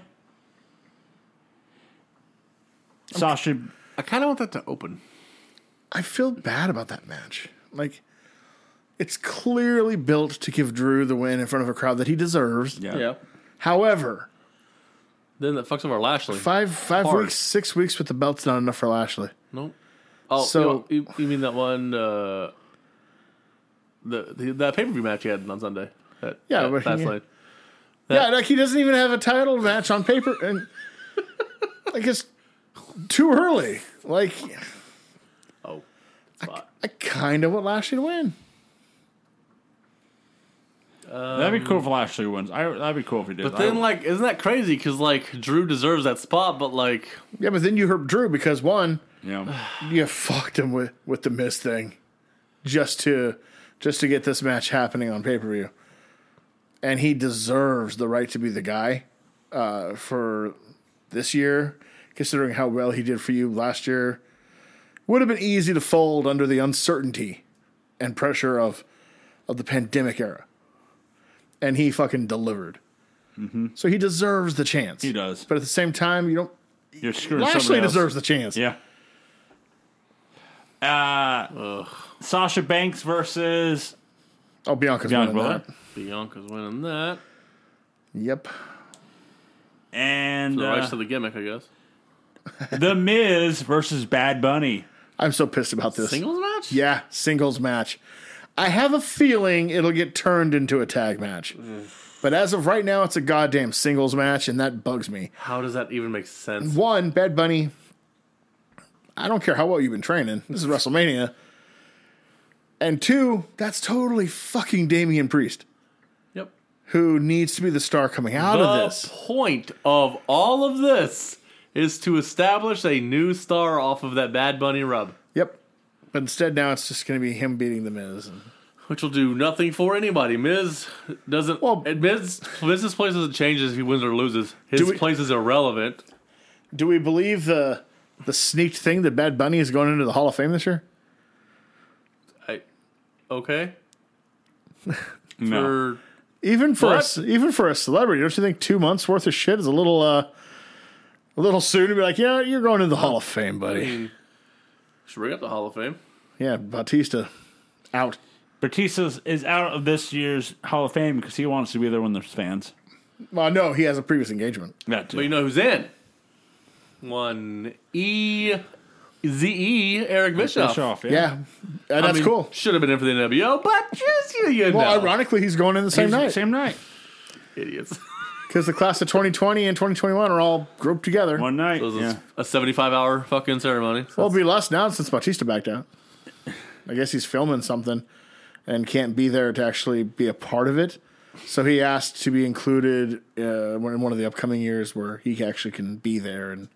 Sasha,
I kind of want that to open.
I feel bad about that match. Like, it's clearly built to give Drew the win in front of a crowd that he deserves.
yeah.
However,
Then that fucks over Lashley.
five five
Hard.
weeks, six weeks with the belt's not enough for Lashley.
nope. Oh,
So-
so you, you mean that one? Uh, the, the that pay per view match you had on Sunday. That,
Yeah,
that,
but-
that's
yeah.
like-
yeah, like he doesn't even have a title match on paper, and like it's too early. Like,
oh, spot.
I kind of want Lashley to win.
That'd be cool if Lashley wins. I, that'd be cool if he did.
But then,
I-
like, isn't that crazy? Because like Drew deserves that spot, but like,
Yeah, but then you hurt Drew because one,
yeah.
you fucked him with with the Miz thing, just to just to get this match happening on pay per view, and he deserves the right to be the guy uh, for this year, considering how well he did for you last year. Would have been easy to fold under the uncertainty and pressure of of the pandemic era, and he fucking delivered. So he deserves the chance.
Mm-hmm. He does.
but at the same time, you don't.
You're screwing
Lashley
somebody else.
deserves the chance.
Yeah. Uh, Sasha Banks versus
Oh, Bianca's
Bianca
winning
Belair.
that.
Bianca's winning that.
Yep.
And
The
uh,
rights to the gimmick, I guess.
The Miz versus Bad Bunny.
I'm so pissed about this.
Singles match?
Yeah, singles match. I have a feeling it'll get turned into a tag match. But as of right now, it's a goddamn singles match, and that bugs me.
How does that even make sense?
One, Bad Bunny, I don't care how well you've been training. This is WrestleMania. And two, that's totally fucking Damian Priest,
Yep.
who needs to be the star coming out
The
of this.
point of all of this is to establish a new star off of that Bad Bunny rub,
Yep. But instead, now it's just going to be him beating The Miz. And
which will do nothing for anybody. Miz doesn't.
Well-
Well, Miz, Miz's place doesn't change if he wins or loses. His
Do we-
place is irrelevant.
Do we believe the the sneaked thing that Bad Bunny is going into the Hall of Fame this year?
I, okay.
No.
For
Even for
What?
us, even for a celebrity, don't you think two months worth of shit is a little uh, a little soon to be like, yeah, you're going to the Hall of Fame, buddy.
Should bring up the Hall of Fame.
Yeah, Batista out.
Batista is out of this year's Hall of Fame because he wants to be there when there's fans.
Well, no, he has a previous engagement.
That too.
But you know who's in? One E Z E Eric Bischoff.
Bischoff, yeah.
Yeah, Uh, that's
I mean,
cool.
Should have been in for the NWO, but just you, you
Well,
know,
ironically, he's going in the same
He's-
night
Same night. (laughs)
idiots.
because the class of 2020 and 2021 are all grouped together.
One night.
It was
yeah.
a seventy-five hour fucking ceremony.
Well, it'll be less now since Bautista backed out. I guess he's filming something and can't be there to actually be a part of it. So he asked to be included uh, in one of the upcoming years where he actually can be there and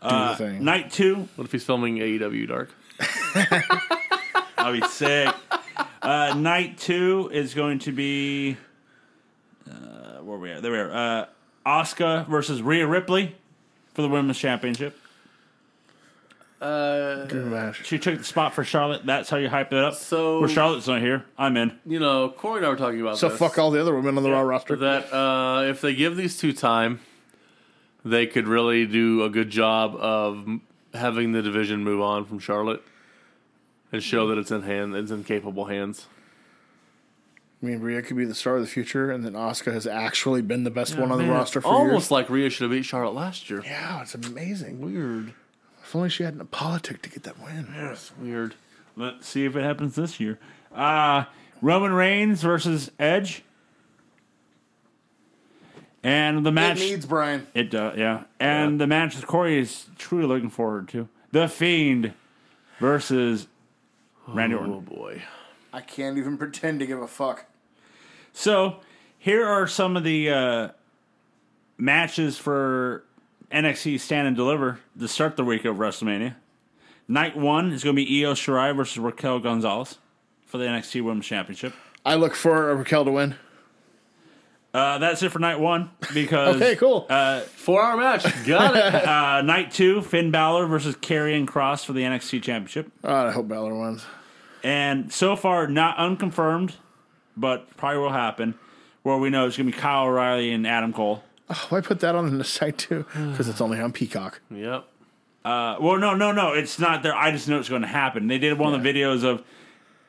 do
Uh,
the thing.
Night two.
What if he's filming AEW Dark?
I'll be sick. Uh, night two is going to be uh, where we at? There we are. Uh, Asuka versus Rhea Ripley for the women's championship.
Good match.
She took the spot for Charlotte. That's how you hype it up.
So-
where Charlotte's not here, I'm in.
You know, Corey and I were talking about
So
this,
fuck all the other women on the Raw roster.
that uh, if they give these two time, they could really do a good job of m- having the division move on from Charlotte and show that it's in hand, it's in capable hands.
I mean, Rhea could be the star of the future, and then Asuka has actually been the best one on the
man,
roster for
Almost like Rhea should have beat Charlotte last year.
years. Yeah, it's amazing.
Weird.
If only she hadn't a politic to get that win.
Yes, weird.
Let's see if it happens this year. Uh, Roman Reigns versus Edge. And the
It
match
needs Brian.
It does, yeah. And the match that Corey is truly looking forward to: The Fiend versus Randy
Oh
Orton.
boy.
I can't even pretend to give a fuck.
So, here are some of the uh, matches for NXT Stand and Deliver to start the week of WrestleMania. Night one is going to be Io Shirai versus Raquel Gonzalez for the NXT Women's Championship.
I look for Raquel to win.
Uh, that's it for night one because
(laughs) Okay, cool.
Four hour match. Got it.
uh, night two, Finn Balor versus Karrion Cross for the NXT Championship.
God, I hope Balor wins.
And so far, not unconfirmed, but probably will happen. Where we know it's going to be Kyle O'Reilly and Adam Cole.
Why put that on the (laughs) site too? Because it's only on Peacock.
yep.
Uh, well, no, no, no, it's not there. I just know it's going to happen. They did one of the videos of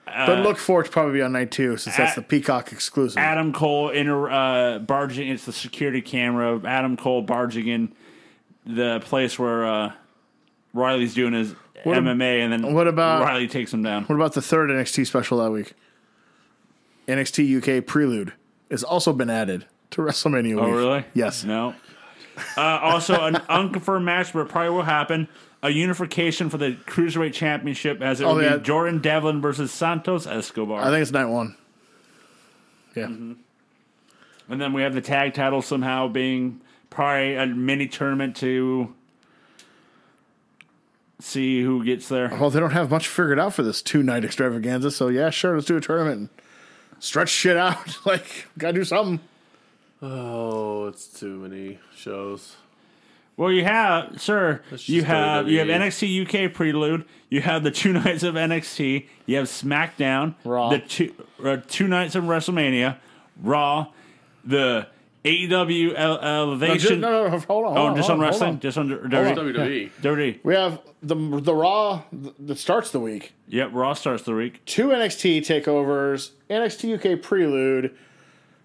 but look for it to probably be on night two, since
At-
that's the Peacock exclusive.
Adam Cole inter, uh, barging. It's the security camera of Adam Cole barging in the place where uh, Riley's doing his
ab-
MMA, and then
what about-
Riley takes him down?
what about the third NXT special that week? NXT UK Prelude has also been added to WrestleMania.
Oh, really?
Yes.
No. Uh, also, an (laughs) unconfirmed match, but it probably will happen. A unification for the cruiserweight championship, as it
Oh,
will
yeah.
be Jordan Devlin versus Santos Escobar,
I think it's night one. Yeah.
Mm-hmm. and then we have the tag title somehow being probably a mini tournament to see who gets there.
Well, they don't have much figured out for this two night extravaganza, so yeah, sure, let's do a tournament and stretch shit out. (laughs) like, gotta do something.
Oh, it's too many shows.
Well, you have, sir. You
just
have you have
E.
WWE.
NXT UK Prelude. You have the two (laughs) nights of NXT. You have SmackDown.
Raw.
The two uh, two nights of WrestleMania. Raw. The AEW ele-
No, just,
Elevation.
no, no, hold on. Hold
oh, just on
on, hold on, hold
wrestling.
on.
Just E. on d-
It's E.
dirty.
WWE.
Dirty.
We have the the Raw th- that starts the week.
Yep. Raw starts the week.
Two NXT takeovers, NXT UK Prelude,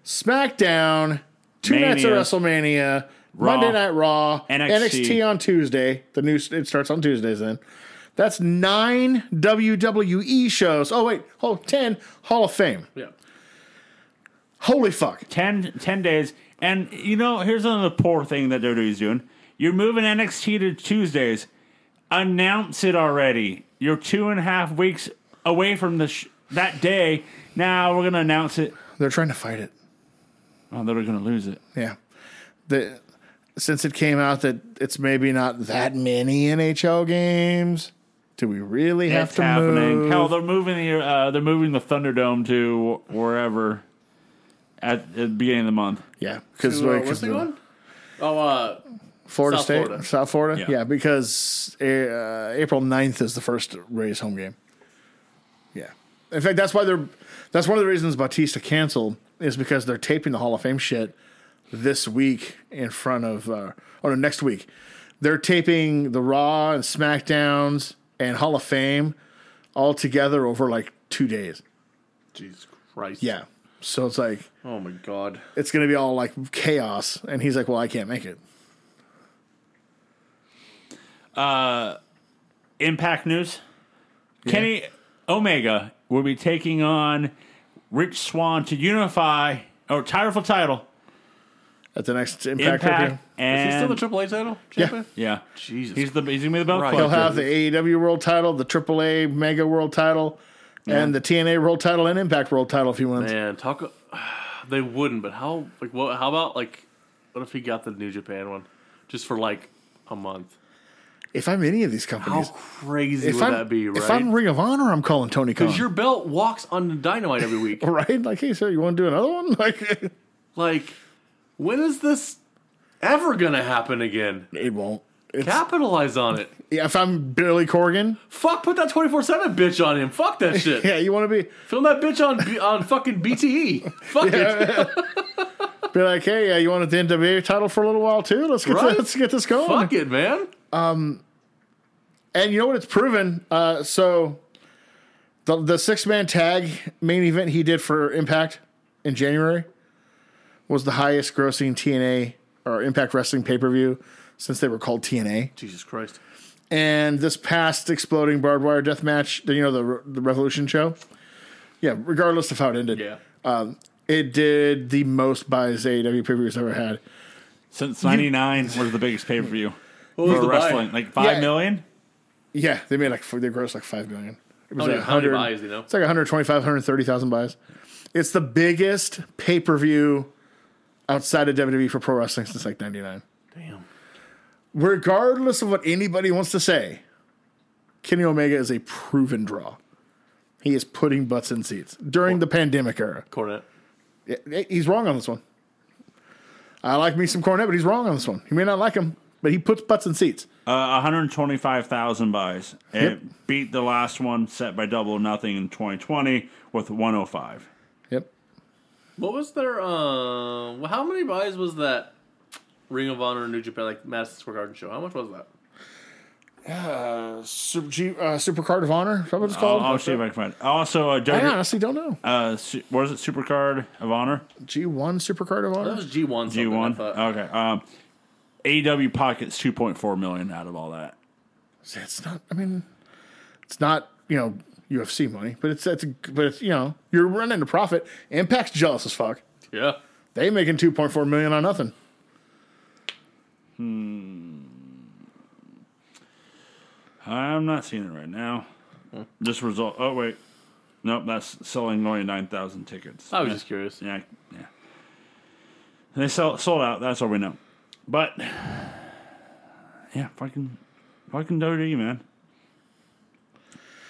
SmackDown, two nights of
Mania.
WrestleMania, Monday Night Raw, NXT.
NXT.
on Tuesday. The new it starts on Tuesdays. Then that's nine WWE shows. Oh wait, oh ten Hall of Fame.
Yeah.
Holy fuck!
10, 10 days. And you know, here's another poor thing that WWE's doing. You're moving NXT to Tuesdays. Announce it already. You're two and a half weeks away from the sh- that day. Now we're gonna announce it.
They're trying to fight it.
Oh, they're gonna lose it.
Yeah. The since it came out that it's maybe not that many NHL games, do we really have
It's
to
happening.
move?
Hell, they're moving the uh, they're moving the Thunderdome to wherever at, at the beginning of the month.
yeah, because
Uh, what's the one? Oh, uh,
Florida
South
State,
Florida.
South Florida. Yeah,
Yeah.
because uh, April 9th is the first Rays home game. Yeah. In fact, that's why they're that's one of the reasons Batista canceled is because they're taping the Hall of Fame shit this week in front of, uh, oh no, next week. They're taping the Raw and SmackDowns and Hall of Fame all together over like two days.
Jesus Christ.
Yeah. So it's like,
Oh my God.
it's going to be all like chaos. And he's like, well, I can't make it.
Impact news. Kenny Omega will be taking on Rich Swan to unify or title for title.
At the next
Impact,
Impact, Impact.
and
Is he still the Triple A title champion?
yeah,
Jesus.
he's the he's gonna be the belt
Right.
He'll
collector.
have the AEW World Title, the AAA Mega World Title, and the TNA World Title and Impact World Title if he wins.
Man, talk. (sighs) They wouldn't, but how? Like, what? How about like? What if he got the New Japan one, just for like a month?
If I'm any of these
How
companies,
crazy
if
would
I'm,
that be,
if I'm
right?
Ring of Honor, I'm calling Tony Khan.
Because your belt walks on the dynamite every week.
(laughs) right? Like, hey, sir, you want to do another one? (laughs) Like,
like, when is this ever gonna happen again?
it won't. It's,
Capitalize on it.
yeah, if I'm Billy Corgan,
Fuck, put that twenty four seven bitch on him. Fuck that shit.
(laughs) yeah, you want to be
Film that bitch on on fucking BTE. Fuck it.
be like, hey, yeah, you wanted the NWA title for a little while too? Let's get
Right?
let's get this going.
Fuck it, man.
And you know what it's proven? Uh, so the the six man tag main event he did for Impact in January was the highest grossing TNA or Impact Wrestling pay per view since they were called TNA.
Jesus Christ.
And this past exploding barbed wire death match, you know the Re- the Revolution show. Yeah, regardless of how it ended, um,
Yeah.
it did the most buys AEW pay per views ever had.
Since '99 was the biggest pay per view
What was
for
the buy?
wrestling, like five
Yeah.
million.
Yeah, they made like four- they grossed like five million. It was
How many-
like
Oh, how many
100
buys, you know?
It's like 125, 130,000 buys. It's the biggest pay per view outside of WWE for pro wrestling since like '99.
Damn.
Regardless of what anybody wants to say, Kenny Omega is a proven draw. He is putting butts in seats during the pandemic era.
Cornet.
Yeah, He's wrong on this one. I like me some Cornette, but he's wrong on this one. He may not like him, but he puts butts in seats.
Uh, 125,000 buys. It beat the last one set by double nothing in 2020 with 105.
Yep.
What was their uh well, how many buys was that Ring of Honor New Japan like Madison Square Garden show? How much was that?
Super G, uh, Super Card of Honor. Is that what it's
I'll,
called?
Oh,
I'll see if I can find it. Also, uh,
I
w,
honestly don't know.
uh, su- what is it? Supercard of Honor?
G1 Supercard of
That
Honor?
was G one G one.
G1? Okay. Um, AW Pockets 2.4 million out of all that.
It's not, I mean, it's not, you know, UFC money, but it's, it's, but it's, you know, you're running a profit. Impact's jealous as fuck.
Yeah.
They making 2.4 million on nothing.
I'm not seeing it right now. This result. Oh, wait. Nope, that's selling only 9,000 tickets.
I was just curious.
Yeah, yeah. They sell, sold out. That's all we know. But yeah, fucking, fucking WWE, man.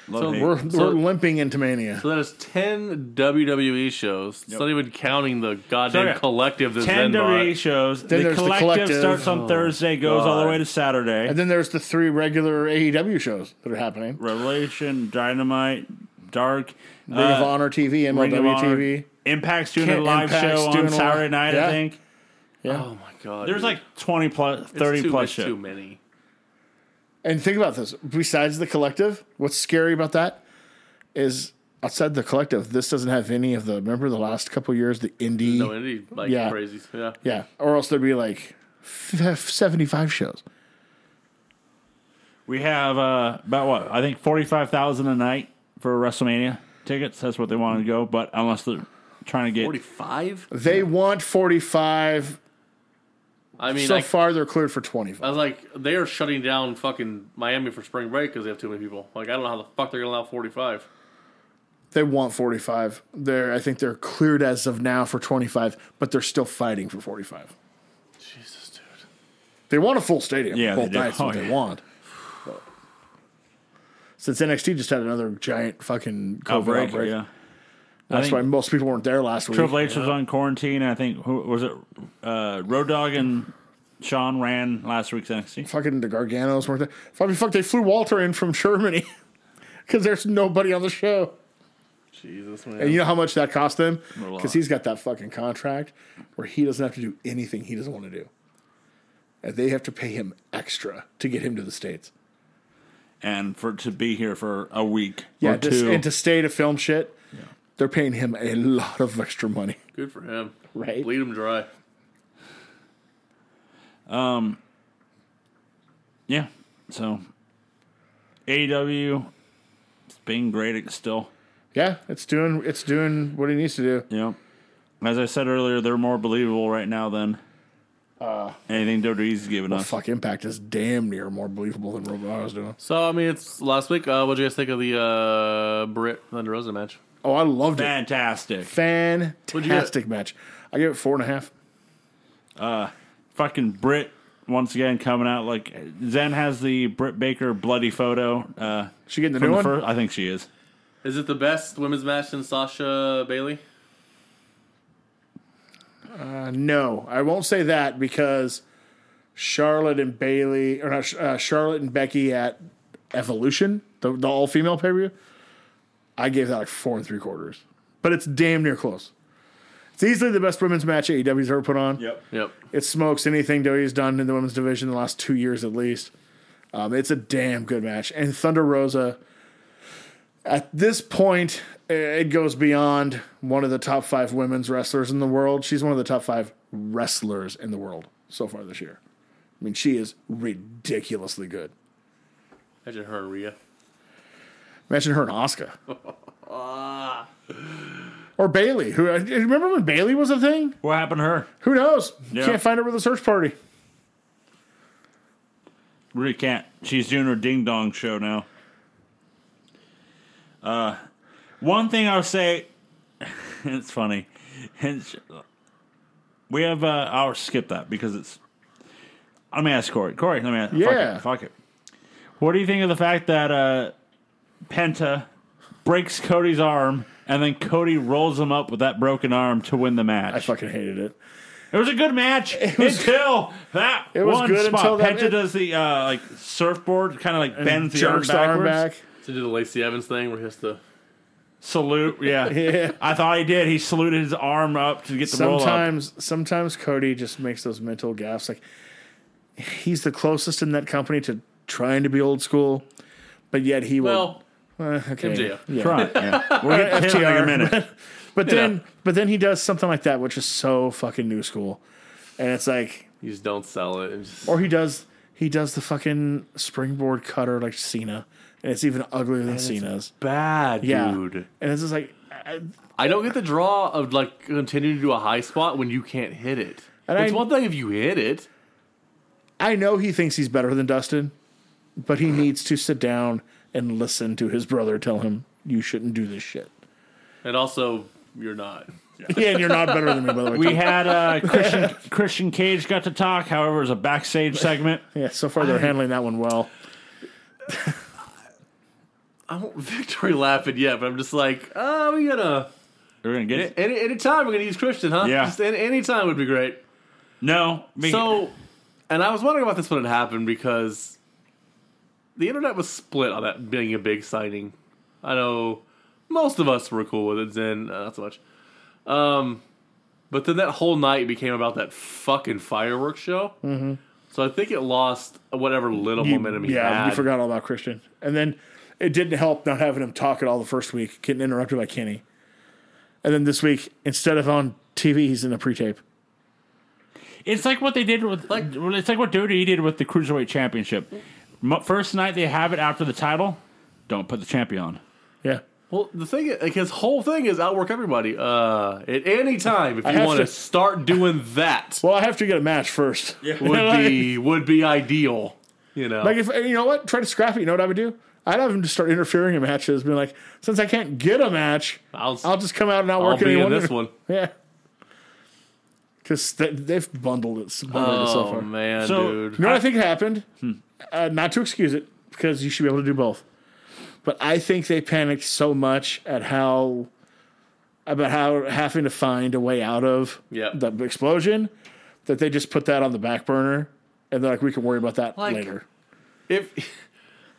Love
So
hate.
We're,
So-
we're limping into mania.
So that is ten WWE shows. It's not even counting the goddamn
So, okay.
collective that's
ten E
then bought.
WWE shows. the,
there's the
collective
collective.
starts on Thursday, goes all the
God.
way to Saturday.
And then there's the three regular AEW shows that are happening.
Revelation, Dynamite, Dark, uh,
Ring of Honor TV,
Ring of
MLW
Honor.
TV.
Impact's doing
Can't-
a live
Impact's
show
doing
on
a live-
Saturday night.
Yeah.
I think
Oh my god.
there's
dude.
like twenty plus,
It's
thirty
too,
plus
it's too
shows.
many.
And think about this. Besides the collective, what's scary about that is outside the collective, this doesn't have any of the, remember the last couple years, the indie.
No any like
Yeah.
crazy. Yeah.
Yeah, or else there'd be like f- 75 shows.
We have uh, about what I think forty five thousand a night for WrestleMania tickets. That's what they want to go, but unless they're trying to get
Forty five?
They want 45.
I mean
so
like,
far, they're cleared for
I
25.
was like, they are shutting down fucking Miami for spring break because they have too many people. Like, I don't know how the fuck they're gonna allow forty five.
oh.
They want 45. They're, I think they're cleared as of now for 25, but they're still fighting for 45.
Jesus, dude.
They want a full stadium.
Yeah,
both
they do.
nights, is what
Oh,
they
yeah.
want. Since NXT just had another giant fucking COVID outbreak,
outbreak. Yeah,
that's
think-
why most people weren't there last week.
Triple H was on quarantine. I think who was it? Uh, Road Dogg and Sean ran last week's NXT.
fucking the Garganos weren't there. (laughs) Fucking fuck, they flew Walter in from Germany because there's nobody on the show.
Jesus,
And
man.
you know how much that cost them?
A lot.
Because he's got that fucking contract where he doesn't have to do anything he doesn't want to do. And they have to pay him extra to get him to the States.
and for to be here for a week
Yeah,
or
to,
two.
and to stay to film shit, they're paying him a lot of extra money.
Good for him.
Right.
Bleed him dry.
yeah, so AEW, it's being great at- still.
Yeah, it's doing it's doing what he needs to do.
Yeah, as I said earlier, they're more believable right now than anything WWE's given us.
Uh, Fuck, Impact is damn near more believable than Robo was doing.
So I mean, it's last week. Uh, what do you guys think of the uh, Britt Thunder Rosa match?
Oh, I loved it.
Fantastic,
you get?
Fantastic match. I give it four and a half.
fucking Brit once again coming out like Zen has the Britt Baker bloody photo. Uh,
Is she getting the
from
new
the
one?
first, I think she is.
Is it the best women's match since Sasha Bailey?
Uh, no, I won't say that because Charlotte and Bailey, or not Sh- uh, Charlotte and Becky at Evolution, the, the all female pay per view, I gave that like four and three quarters. But it's damn near close. It's easily the best women's match AEW's ever put on.
Yep.
Yep.
It smokes anything WWE's done in the women's division in the last two years at least. Um, it's a damn good match. And Thunder Rosa, at this point, i- it goes beyond one of the top five women's wrestlers in the world. She's one of the top five wrestlers in the world so far this year. I mean, she is ridiculously good.
Imagine her and Rhea.
Imagine her and Oscar. or Bailey, who uh, remember when Bailey was a thing?
What happened to her?
Who knows?
Yeah.
Can't find her with a search party.
Really can't. She's doing her ding dong show now. Uh, one thing I'll say, (laughs) it's funny. It's- we have. Uh, I'll skip that because it's. Let me ask Corey. Corey, let me ask.
Yeah.
Fuck it. Fuck it. What do you think of the fact that uh, Penta breaks Cody's arm and then Cody rolls him up with that broken arm to win the match?
I fucking hated it.
It was a good match
was-
until that
was
one
good
spot.
until that-
Penta does the uh, like surfboard, kind of like bends the arm
Jerks the arm
backwards.
back.
To do the Lacey Evans thing where he has to.
Salute, yeah.
(laughs) Yeah.
I thought he did. He saluted his arm up to get the roll up.
sometimes sometimes Cody just makes those mental gaffes. Like he's the closest in that company to trying to be old school, but yet he
Well,
will. Uh, (laughs) okay.
MJF.
Yeah.
Try. We'll
(laughs)
get to him in a
FTR.
minute.
But then but then he does something like that, which is so fucking new school, and it's like,
you just don't sell it. It's just-
or he does he does the fucking springboard cutter like Cena, and it's even uglier than Cena's.
bad,
Yeah,
dude.
and it's just like. I,
I don't get the draw of like continuing to do a high spot when you can't hit it.
And
it's
I-
one thing if you hit it.
I know he thinks he's better than Dustin, but he needs to sit down and listen to his brother tell him you shouldn't do this shit.
And also, you're not.
Yeah, (laughs) and you're not better than me, by the way.
We had
(laughs)
uh, Christian Christian Cage got to talk. However, it was a backstage
(laughs)
segment.
yeah, so far they're handling that one well.
I won't (laughs) victory lap it yet, but I'm just like, oh, we gotta.
We're gonna get it.
Any, any time we're gonna use Christian, huh?
Yeah.
Just any, any time would be great.
No, me-
So, and I was wondering about this when it happened because the internet was split on that being a big signing. I know most of us were cool with it, Zen, uh, not so much. Um, but then that whole night became about that fucking fireworks show. Mm-hmm. So I think it lost whatever little momentum he
yeah,
had.
you forgot all about Christian. And then it didn't help not having him talk at all the first week, getting interrupted by Kenny. And then this week, instead of on TV, he's in a pre tape.
It's like what they did with like it's like what WWE did with the cruiserweight championship. Mo- First night they have it after the title. Don't put the champion on.
Yeah.
Well, the thing, is, like his whole thing is outwork everybody. Uh, at any time, if you
have
want to
to-
start doing that,
Well, I have to get a match first. (laughs)
would be would be ideal. You know,
Like if you know what, try to scrap it. You know what I would do? I'd have him just start interfering in matches, being like, since I can't get a match,
I'll-
I'll, just come out and not
I'll
work
be in
anyone.
this one.
(laughs) Yeah, because they, they've bundled it, bundled it so
Oh
far. You
man, Hmm.
So-
(laughs)
dude.
know what I think happened? Uh, not to excuse it, because you should be able to do both. But I think they panicked so much at how about how having to find a way out of
Yep.
the explosion that (laughs) they just put that on the back burner, and they're like, we can worry about that
Like-
later.
If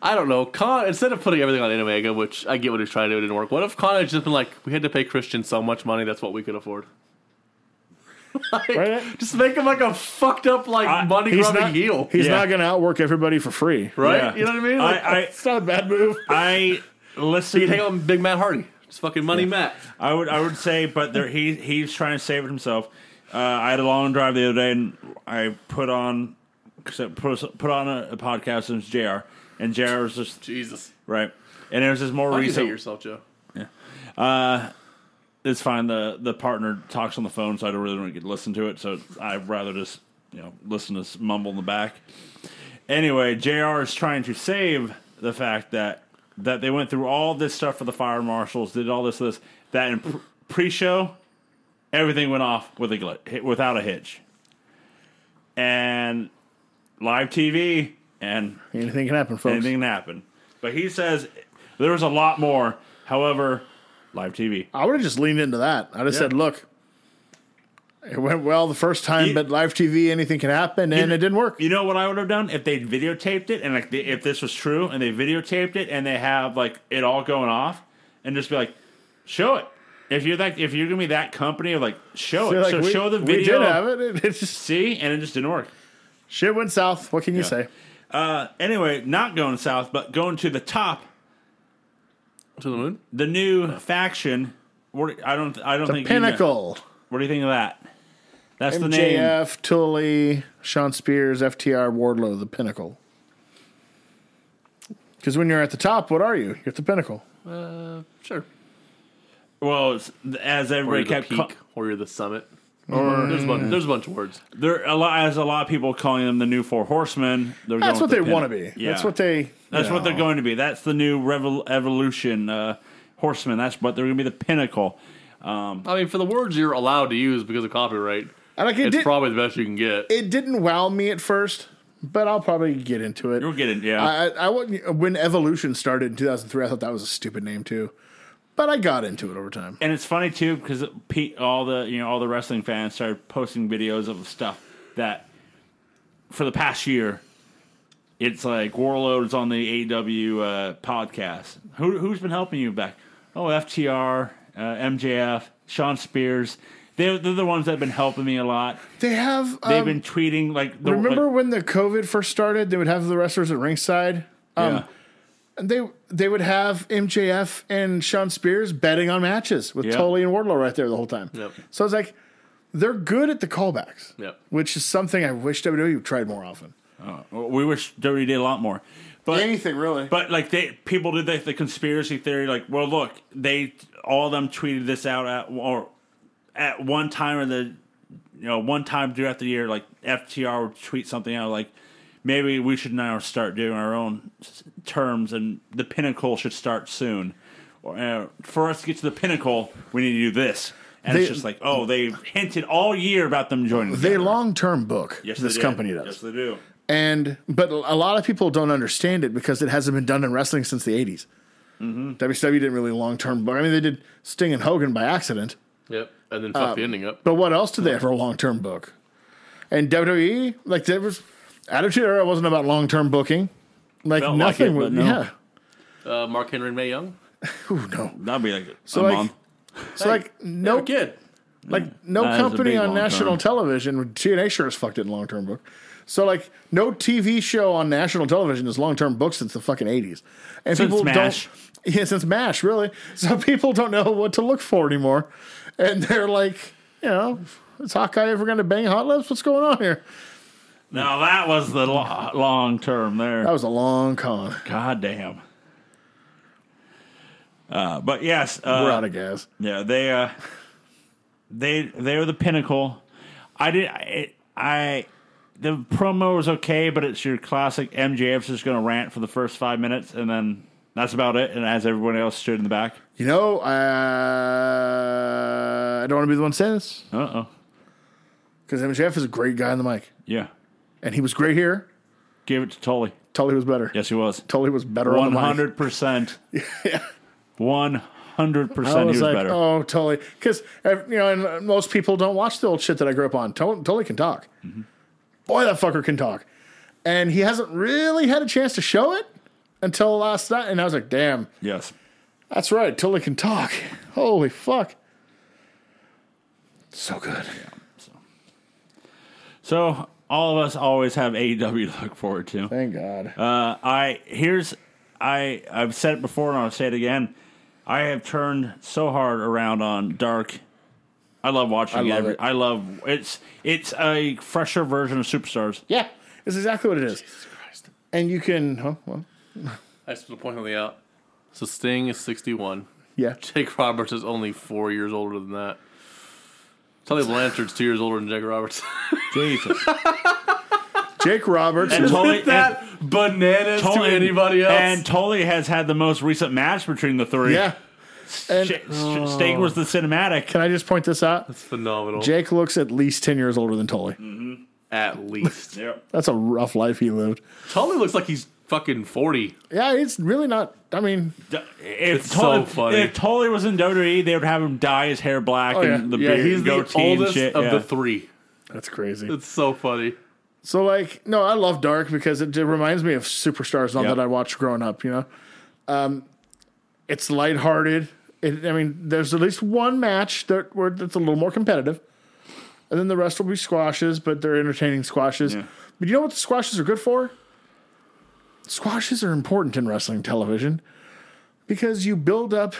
I don't know. Khan, instead of putting everything on Omega, which I get what he's trying to do, it didn't work. What if Khan had just been like, we had to pay Christian so much money, that's what we could afford? (laughs) Like,
Right?
Just make him like a fucked up, like
I-
money
He's
grubbing
not,
heel,
he's
Yeah.
not going to outwork everybody for free.
right?
Yeah.
You know what I mean? Like,
I, I
It's not a bad move. (laughs)
I
you
listen.
hang out with Big Matt Hardy. It's fucking money, Matt.
I would I would say, but there, he he's trying to save it himself. Uh, I had a long drive the other day, and I put on 'cause I put put on a, a podcast, and it's Jr. And Jr. was just
Jesus,
right, and it was just more
Why do you hate
recent.
yourself, Joe?
It's fine. The the partner talks on the phone, so I don't really want to listen to it. So I'd rather just you know listen to s- mumble in the back. Anyway, Jr. is trying to save the fact that that they went through all this stuff for the fire marshals, did all this this that in pr- pre-show, everything went off with a glit, without a hitch, and live TV and
Anything can happen, folks.
anything can happen. But he says there was a lot more. However, live TV.
I would have just leaned into that. I'd have said, look, it went well the first time,
You-
but live TV, anything can happen, and
You-
it didn't work.
You know what I would have done if they videotaped it and like they, if this was true and they videotaped it and they have like it all going off and just be like, show it. If you're that, if you're gonna be that company of like, show
They're
it.
like,
so
we,
show the
We did
video.
have it. (laughs) It, it just,
See, and it just didn't work.
shit went south. What can you say?
Uh, anyway, not going south, but going to the top.
To the moon?
The new faction. What, I don't. I don't think you know-
Pinnacle.
what do you think of that? That's the name.
MJF, Tully, Sean Spears, FTR, Wardlow, the Pinnacle. Because when you're at the top, what are you? You're at the Pinnacle.
Uh, sure.
Well, it's, as
Or
everybody
you're the
kept
peak,
ca-
or you're the summit. Or there's a bunch, there's a bunch of words.
there a lot as a lot of people calling them the new four horsemen. They're
That's
going
what
with
they
the pin-
want to be.
Yeah.
That's what they.
That's what they're going to be. That's the new revol- evolution uh, horsemen. That's what they're going to be the pinnacle.
I mean, for the words you're allowed to use because of copyright,
And like it,
it's
did,
probably the best you can get.
it didn't wow me at first, but I'll probably get into it.
You're getting yeah.
I, I wouldn't- when Evolution started in 2003, I thought that was a stupid name too, but I got into it over time.
and it's funny too because Pete, all the you know all the wrestling fans started posting videos of stuff that for the past year. It's like Warlord's on the AW uh, podcast. Who who's been helping you back? Oh, FTR, uh, MJF, Sean Spears. They're, they're the ones that have been helping me a lot.
They have. Um,
They've been tweeting like the
remember
like-
when the COVID first started? They would have the wrestlers at ringside. Um,
Yeah.
and they they would have MJF and Sean Spears betting on matches with
Yeah.
Tully and Wardlow right there the whole time.
Yep.
So it's like they're good at the callbacks,
Yep.
which is something I wish WWE tried more often.
We wish WWE did a lot more, but
Anything really?
but like they people did the, the conspiracy theory. Like, well, look, they all of them tweeted this out at or at one time or the you know one time throughout the year. Like FTR would tweet something out like maybe we should now start doing our own s- terms and the pinnacle should start soon. Or uh, for us to get to the pinnacle, we need to do this. And it's
They-
just like, oh, they hinted all year about them joining.
they
together.
long term book
Yes, they
this
did.
company does.
Yes, they do.
and but a lot of people don't understand it because it hasn't been done in wrestling since the 80s
Mm-hmm.
WCW didn't really long term book. I mean, they did Sting and Hogan by accident,
Yep. And then fuck the ending up.
but what else did they ever long term book? And WWE, like there was Attitude Era wasn't about long term booking, like
Felt like
nothing.
it,
was,
but no.
Yeah,
Uh, Mark Henry and May Young.
Ooh, no.
That'd be like a
So like,
month.
so like no,
No kid.
like no
That is a
company
big
on
long
national
term.
television. TNA sure as fuck did long term book. So like no TV show on national television is long term book since the fucking eighties, and
Since
people
MASH.
don't. (laughs) Yeah, since Mash really. So (laughs) people don't know what to look for anymore, and they're like, you know, is Hawkeye ever going to bang hot lips? What's going on here?
Now that was the lo- long term
That
there.
was a long con.
God damn. Uh, but yes,
We're
uh,
out of gas.
yeah, they uh, they they are the pinnacle. I did I, I the promo was okay, but it's your classic MJF's just going to rant for the first five minutes, and then that's about it. And as everyone else stood in the back,
You know, uh, I don't want to be the one saying this
uh oh,
because MJF is a great guy on the mic,
yeah,
and he was great here.
give it to Tully.
Tully was better.
Yes, he was
Tully was better on
one
the mic.
hundred
(laughs)
percent. One hundred
I
percent, he
was
was
like,
better.
oh, Tully, because you know, and uh, most people don't watch the old shit that I grew up on. Tully, Tully can talk.
Mm-hmm.
Boy, that fucker can talk, and he hasn't really had a chance to show it until last night, and I was like, damn,
Yes.
that's right. Tilly can talk. Holy fuck. So good.
So all of us always have AEW to look forward to.
Thank God.
Uh, I here's I I've said it before and I'll say it again. I have turned so hard around on Dark. I love watching
I love
every-
it.
I love it's it's a fresher version of Superstars.
yeah, it's exactly what it is. And you can, oh, well,
That's the point on the out. So Sting is 61.
yeah.
(laughs) Jake Roberts is only four years older than that. (laughs) Tully Blanchard's two years older than Jake Roberts. (laughs)
(laughs) Jesus.
Jake Roberts.
and Tully
that
and,
bananas
Tully-
to anybody else.
And Tully has had the most recent match between the three.
yeah. And
Sh- sh- Sting was the cinematic.
can I just point this out?
it's phenomenal.
Jake looks at least 10 years older than Tully.
At least
Yep.
That's a rough life he lived.
(laughs) Tully looks like he's fucking forty.
Yeah, it's really not. I mean,
D- If
It's
Tully,
so funny.
If Tully was in WWE, they would have him dye his hair black
Oh, yeah.
and the
Yeah,
beard
he's
and
the
goatee and
oldest
shit.
of
yeah.
the three.
that's crazy.
It's so funny.
So like, no, I love Dark because it, it reminds me of superstars not
Yep.
that I watched growing up. You know, um, it's lighthearted. It, I mean, there's at least one match that where that's a little more competitive, and then the rest will be squashes, but they're entertaining squashes.
Yeah.
But you know what the squashes are good for? Squashes are important in wrestling television because you build up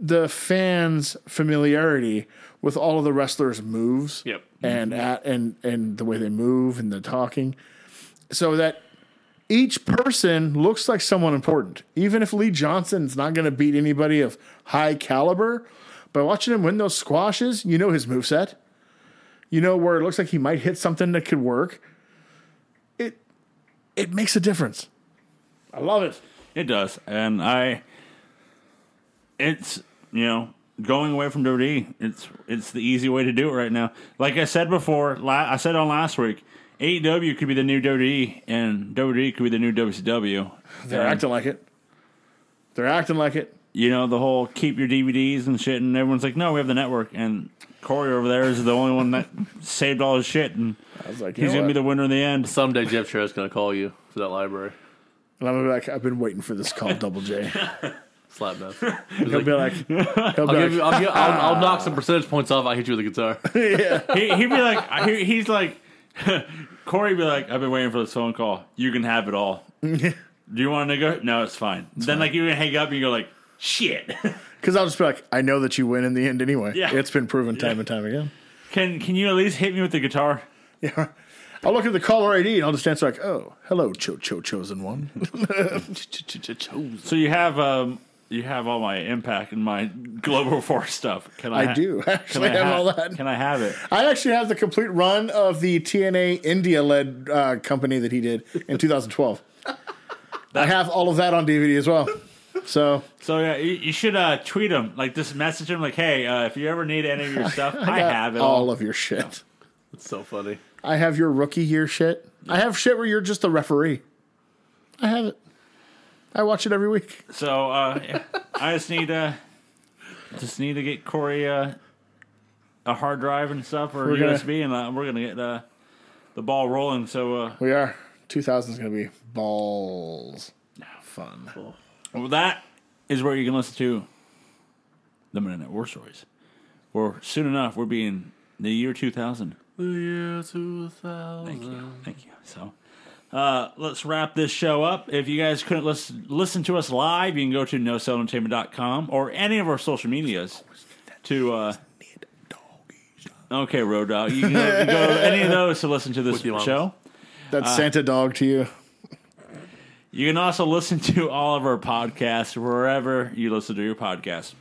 the fans' familiarity with all of the wrestlers' moves
Yep.
and at and and the way they move and the talking so that each person looks like someone important even if lee johnson's not going to beat anybody of high caliber by watching him win those squashes you know his moveset you know where it looks like he might hit something that could work it it makes a difference i love it
It does, and I. It's you know going away from WWE. It's it's the easy way to do it right now. Like I said before, la- I said on last week, AEW could be the new WWE, and WWE could be the new WCW.
they're acting like it they're acting like it
You know the whole keep your DVDs and shit, and everyone's like, no, we have the network, and Corey over there is the only one that (laughs) saved all his shit, and
i was like you
he's
know
gonna be
what?
the winner in the end.
Someday Jeff Jarrett's gonna call you for that library.
and i'm gonna be like i've been waiting for this call (laughs) double j
Slap mess.
he'll be
(laughs)
like he'll be
I'll,
like
give you, I'll, give, I'll, I'll knock some percentage points off. I hit you with a guitar.
he, he'd be like, I hear- he's like, (laughs) Corey be like, I've been waiting for this phone call. You can have it
(laughs)
all. Do you want to go? No, it's fine. then like you hang up and you go like, shit. (laughs)
Because I'll just be like, I know that you win in the end anyway.
Yeah.
It's been proven time and time again.
can can you at least hit me with the guitar?
Yeah. I'll look at the caller ID and I'll just answer like, oh, hello, Cho Cho Chosen One.
So you have um you have all my impact and my (laughs) global force stuff. Can I?
I do (laughs) actually have
ha-
all that.
Can I have it?
I actually have the complete run of the TNA India led uh, company that he did in 2012. I have all of that on DVD as well. So
So yeah, you, you should uh, tweet him like just message him like, hey, uh, if you ever need any of
(laughs)
your stuff, I,
got
have it all.
all of your shit.
It's so funny.
I have your rookie year shit. I have shit where you're just the referee. I have it. I watch it every week.
So uh, I just need to just need to get Corey uh, a hard drive and stuff or
We're gonna-
USB, and uh, we're gonna get uh, the ball rolling. So uh,
We are. 2000 is going to be balls. Fun.
well, that is where you can listen to the Minute War Stories. Or soon enough, we'll be in the year two thousand.
The year 2000.
Thank you. Thank you. So uh, let's wrap this show up. If you guys couldn't listen, listen to us live, you can go to nocellentertainment.com or any of our social medias to. Uh, okay, Road Dog. You can go, you can go to any of those to listen to this
With your mamas.
show.
That's Santa dog to you.
You can also listen to all of our podcasts wherever you listen to your podcast.